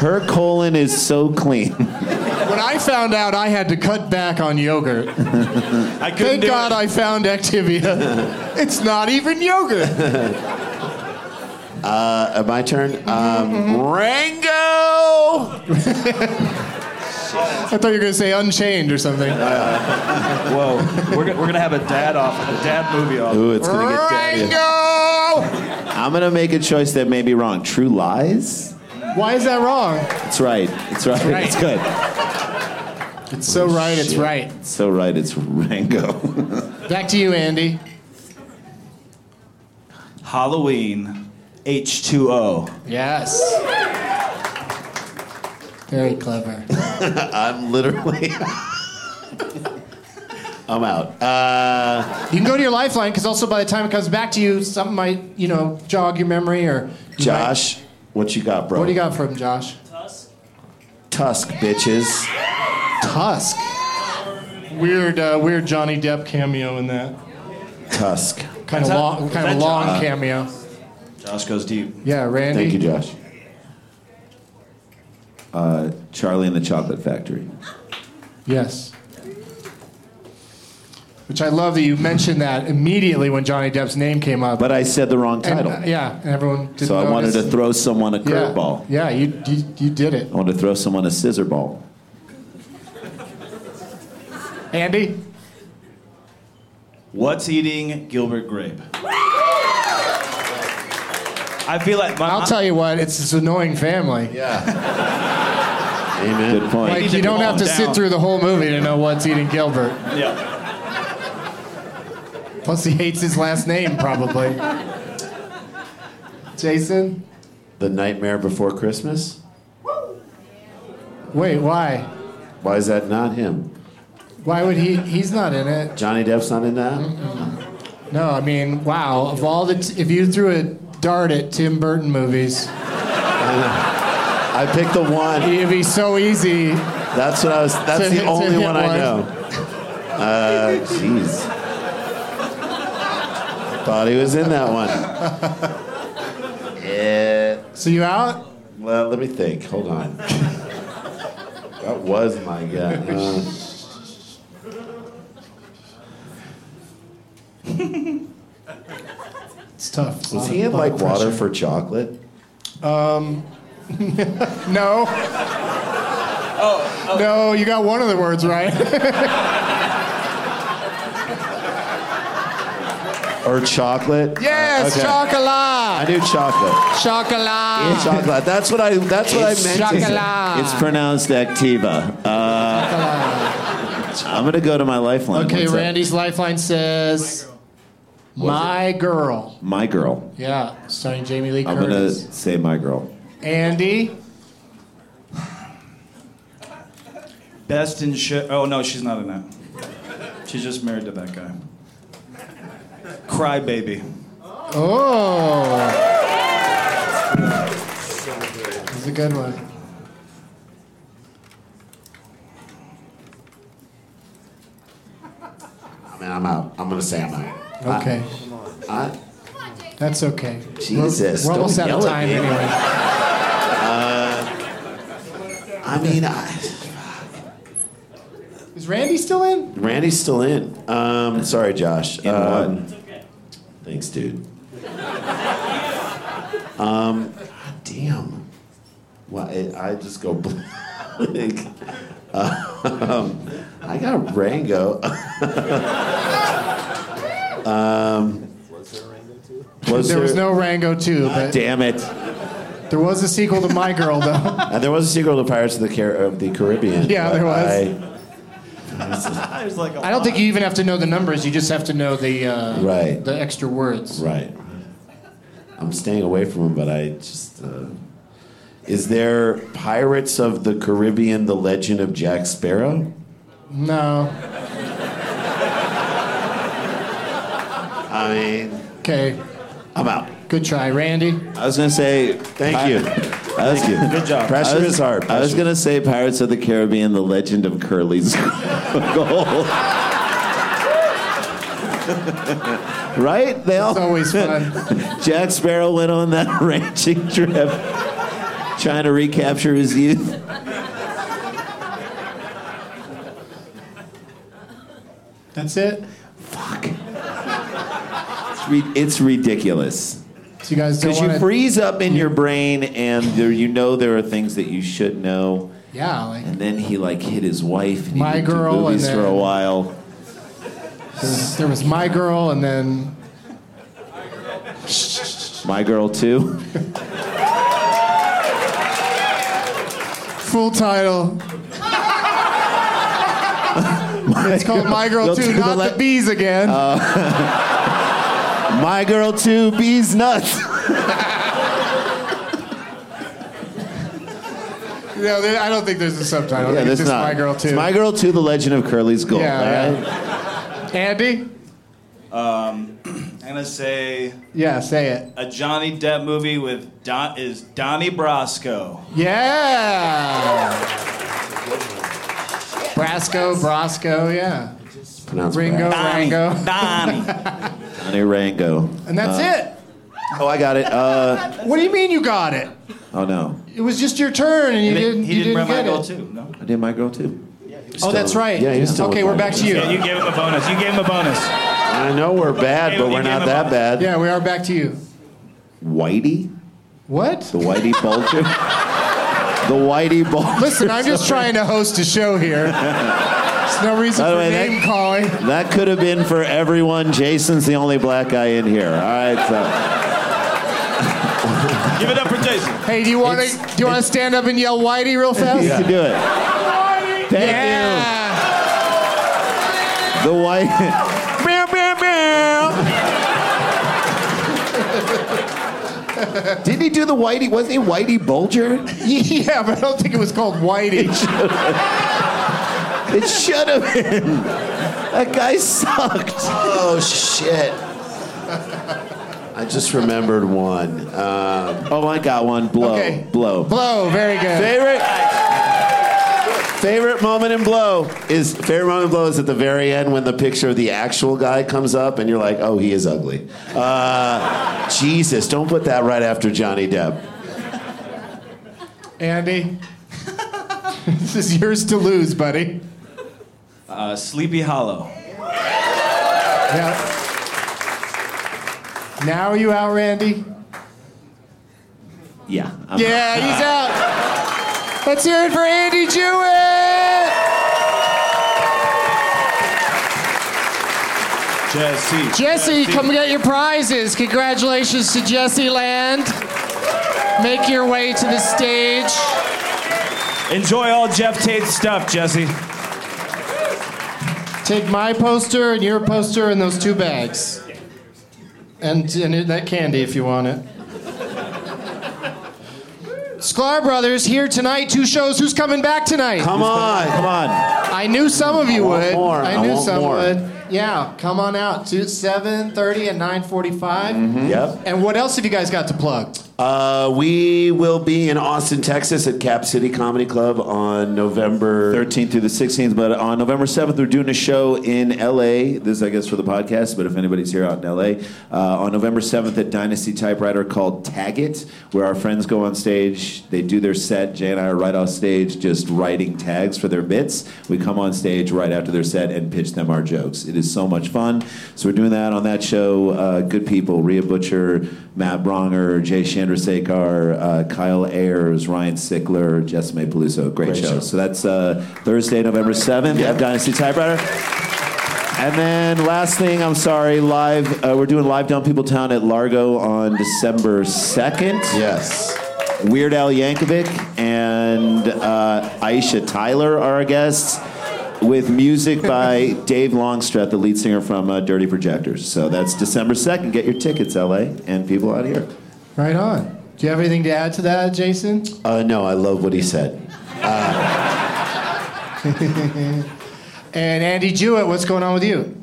Her colon is so clean.
When I found out I had to cut back on yogurt,
I couldn't
thank
do
God
it.
I found Activia. it's not even yogurt.
Uh, my turn. Um, Rango.
I thought you were going to say unchained or something.
Whoa, we're, go- we're gonna have a dad off, a dad movie off.
Ooh, it's gonna get daddy.
Rango!
I'm gonna make a choice that may be wrong. True Lies.
Why is that wrong?
It's right. It's right.
right.
It's good.
It's so right, it's
Shit.
right.
It's so right. It's Rango.
Back to you, Andy.
Halloween, H2O.
Yes. Very clever.
I'm literally. I'm out. Uh,
You can go to your lifeline because also by the time it comes back to you, something might, you know, jog your memory or. you
Josh, what you got,
might-
bro?
What do you got for him, Josh?
Tusk, bitches.
Tusk. Weird, uh, weird Johnny Depp cameo in that.
Tusk.
Kind of long, kind of long cameo.
Josh goes deep.
Yeah, Randy.
Thank you, Josh.
Uh, Charlie and the Chocolate Factory.
Yes. Which I love that you mentioned that immediately when Johnny Depp's name came up.
But I said the wrong
And,
title.
uh, yeah, and everyone didn't
so I wanted to
notice.
throw someone a
yeah,
curveball.
Yeah, you, you you did it,
I wanted to throw someone a scissor ball.
Andy.
What's eating Gilbert Grape? I feel like my,
I'll tell you what, it's this annoying family.
Yeah. Amen.
Good point.
Wait.
Like
to
you don't
calm
have to sit
down.
through the whole movie to know what's eating Gilbert.
Yeah.
Plus, he hates his last name probably. Jason,
The Nightmare Before Christmas?
wait, why?
Why is that not him?
Why would he? He's not in it.
Johnny Depp's not in that.
Mm-hmm. No, I mean, wow. Of all the, t- if you threw a dart at Tim Burton movies,
I, picked the one.
It'd be so easy.
That's what I was. That's
To
the
hit- to
only
hit
one, I
one.
know. Uh, Jeez. Thought he was in that one. Yeah.
So you out?
Well, let me think. Hold on. that was my guy. Uh,
It's tough.
was he in like Water for Chocolate?
Um, no. Oh, No, you got one of the words right.
Or chocolate?
yes,
Okay. I
chocolate.
knew chocolate.
Chocolate.
Chocolate. That's what I. That's what
It's
I meant. to say.
chocolate.
It's pronounced Activa. Uh, I'm gonna go to my lifeline.
Okay,
What's up?
Randy's lifeline says, "My girl."
My girl.
Yeah, starring Jamie Lee
I'm gonna
Curtis.
say my girl.
Andy.
Best in shit. Oh no, she's not in that. She's just married to that guy. Cry baby.
Oh. This is a good one.
I mean, I'm out. I'm gonna say I'm out.
Okay.
I,
That's okay. We're-
Jesus,
We're, almost
don't
out of
yell at
time
me.
anyway.
uh, I mean, I,
Is Randy still in?
Randy's still in. Um, sorry, Josh. Um, Thanks, dude. um, God damn. Well, I, I just go blank. um, I got Rango. um, was
there was
there- Ah,
no Rango 2, but
Damn it.
there was a sequel to My Girl, though.
Uh, there was a sequel to Pirates of the, Car- of the Caribbean.
Yeah,
but
there was.
I,
I was like,
I don't think you even have to know the numbers. You just have to know the uh,
Right.
the extra words.
right. I'm staying away from him, but I just. Uh, is there Pirates of the Caribbean: The Legend of Jack Sparrow?
No.
I mean,
Okay.
I'm out.
Good try, Randy.
I was gonna say
Thank
Pi-
you.
I was,
Good job.
I
Pressure
was-
is hard.
I was
Pressure.
gonna say Pirates of the Caribbean: The Legend of Curly's Gold. right? They all.
It's always fun.
Jack Sparrow went on that ranching trip, trying to recapture his youth.
That's it.
It's, ri- it's ridiculous.
So you guys don't
Because you
want to.
freeze up in your brain, and there, you know there are things that you should know.
yeah, like
And then he like hit his wife. And he
My
didn't do
girl, and
movies for a
then-
while.
there was, there was My Girl, and then
My girl too.
full title. it's called My Girl
You'll
2,
do the
not the,
le- Uh,
bees again.
My girl too. Bees nuts.
no, there- I don't think there's a subtitle. I think it's
that's
just My Girl 2.
It's my girl too. The Legend of Curly's Gold.
Yeah,
all right?
Andy?
Um, I'm gonna say
Yeah, say it.
a Johnny Depp movie with Don is Donnie Brasco.
Yeah. Brasco, Brasco, yeah.
Pronounced
Ringo,
Brad.
Rango.
Donnie.
Donnie Rango.
And that's
it. Oh, I got it. Uh,
it. What do you mean you got it?
oh no,
It was just your turn and you
He
didn't,
didn't,
you didn't
bring my
get
goal
it.
too. No.
I did my girl too.
Oh, that's right.
Yeah, he's still
okay,
with
we're
my
back to you.
Yeah, you gave him a bonus. You gave him a bonus.
I know we're bad, but we're not that bad.
Yeah, we are back to you.
Whitey,
What?
the Whitey Bulger, the Whitey Bulger.
Listen, I'm just trying to host a show here. There's no reason
By the
for
way, that-
name calling.
That could have been for everyone. Jason's the only black guy in here. All right, so
Give it up for Jason.
Hey, do you want to do you want to stand up and yell Whitey real fast?
you can do it. Thank
Yeah.
you. The White.
Meow, meow, meow.
Didn't he do the Whitey? Wasn't he Whitey Bulger?
Yeah, but I don't think it was called Whitey.
It should have been. That guy sucked.
Oh shit. I just remembered one. Um, oh, I got one. Blow.
Okay.
Blow.
Blow, very good.
Favorite. Favorite moment in Blow is favorite moment in Blow is at the very end when the picture of the actual guy comes up and you're like, oh, he is ugly. Uh, Jesus, don't put that right after Johnny Depp.
Andy, this is yours to lose, buddy.
Uh, Sleepy Hollow.
Yeah. Now are you out, Randy?
Yeah. I'm-
Yeah, he's out. Let's hear it for Andy Jewett.
Jesse.
Jesse, come get your prizes. Congratulations to Jesse Land. Make your way to the stage.
Enjoy all Jeff Tate's stuff, Jesse.
Take my poster and your poster and those two bags. And, and that candy if you want it. Sklar Brothers here tonight, two shows. Who's coming back tonight?
Come on, come on.
I knew some of you
I want
would.
more.
I
I
knew
want
some
more.
would. Yeah, come on out. Two, 7.30 and 9.45.
Yep.
And what else have you guys got to plug?
Uh, we will be in Austin, Texas at Cap City Comedy Club on November
13th through the 16th, but on November 7th, we're doing a show in LA. This, is, I guess, for the podcast, but if anybody's here out in LA, uh, on November 7th at Dynasty Typewriter called Tag It, where our friends go on stage, they do their set. Jay and I are right off stage just writing tags for their bits. We come on stage right after their set and pitch them our jokes. It is so much fun. So we're doing that on that show. Uh, good people, Rhea Butcher, Matt Bronger, Jay Chandrasekhar, uh, Kyle Ayers, Ryan Sickler, Jess May Peluso. Great,
Great
show.
show.
So that's uh, Thursday, November 7th at Dynasty Typewriter. And then last thing, I'm sorry, live. Uh, we're doing live Down People Town at Largo on December 2nd.
Yes.
Weird Al Yankovic and uh, Aisha Tyler are our guests with music by Dave Longstreth, the lead singer from uh, Dirty Projectors. So that's December 2nd. Get your tickets, LA, and people out here.
Right on. Do you have anything to add to that, Jason?
Uh, no, I love what he said.
and Andy Jewett, what's going on with you?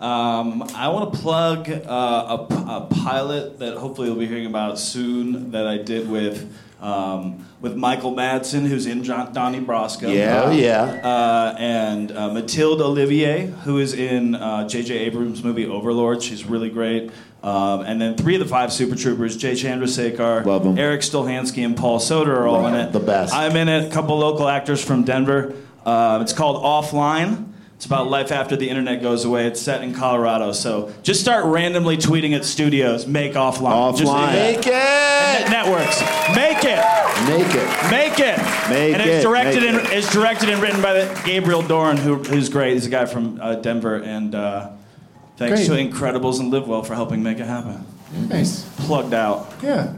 Um, I want to plug uh, a, p- a pilot that hopefully you'll be hearing about soon that I did with um, with Michael Madsen, who's in John, Donnie Brasco.
Yeah. Oh, yeah.
Uh, and uh, Mathilde Olivier, who is in uh, J.J. Abrams' movie Overlord. She's really great. Um, and then three of the five Super Troopers, Jay Chandrasekhar,
Love 'em.
Eric Stolhansky, and Paul Soder are all in it.
The best.
I'm in it. A couple local actors from Denver. Uh, it's called Offline. It's about life after the internet goes away. It's set in Colorado. So just start randomly tweeting at studios. Make offline. Just-
Offline.
Make it!
Networks. Make it.
Make it.
Make it.
Make
and
it,
it's directed
make
and
it.
it's directed and written by the, Gabriel Doran, who, who's great. He's a guy from uh, Denver. And uh, thanks
Great.
to Incredibles and Live Well for helping make it happen.
Mm-hmm.
Nice.
Plugged out.
Yeah.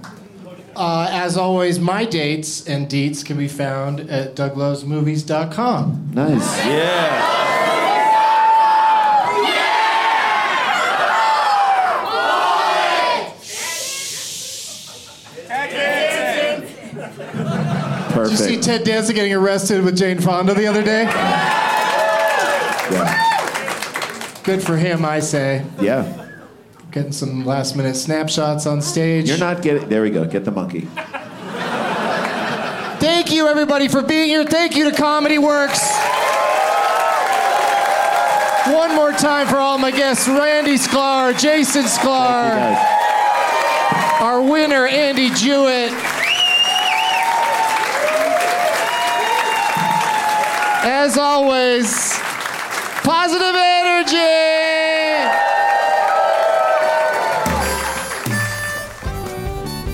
Uh, as always, my dates and deets can be found at douglowsmovies.com.
Nice.
Yeah.
Did you
Perfect.
see Ted Danson getting arrested with Jane Fonda the other day?
yeah.
Good for him, I say.
yeah.
Getting some last minute snapshots on stage.
You're not getting. There we go. Get the monkey.
Thank you, everybody, for being here. Thank you to Comedy Works. One more time for all my guests Randy Sklar, Jason Sklar, our winner, Andy Jewett. As always, positive energy.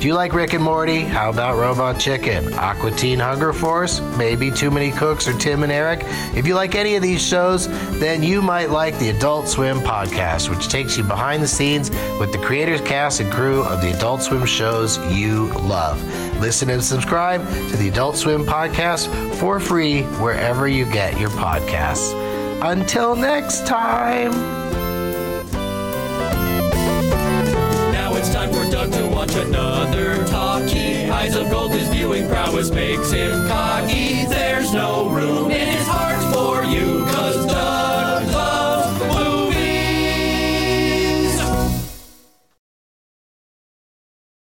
Do you like Rick and Morty? How about Robot Chicken? Aqua Teen Hunger Force? Maybe Too Many Cooks or Tim and Eric? If you like any of these shows, then you might like the Adult Swim podcast, which takes you behind the scenes with the creators, cast, and crew of the Adult Swim shows you love. Listen and subscribe to the Adult Swim podcast for free wherever you get your podcasts. Until next time.
Now it's time for Doug to watch another talkie. Eyes of gold, his viewing prowess makes him cocky. There's no room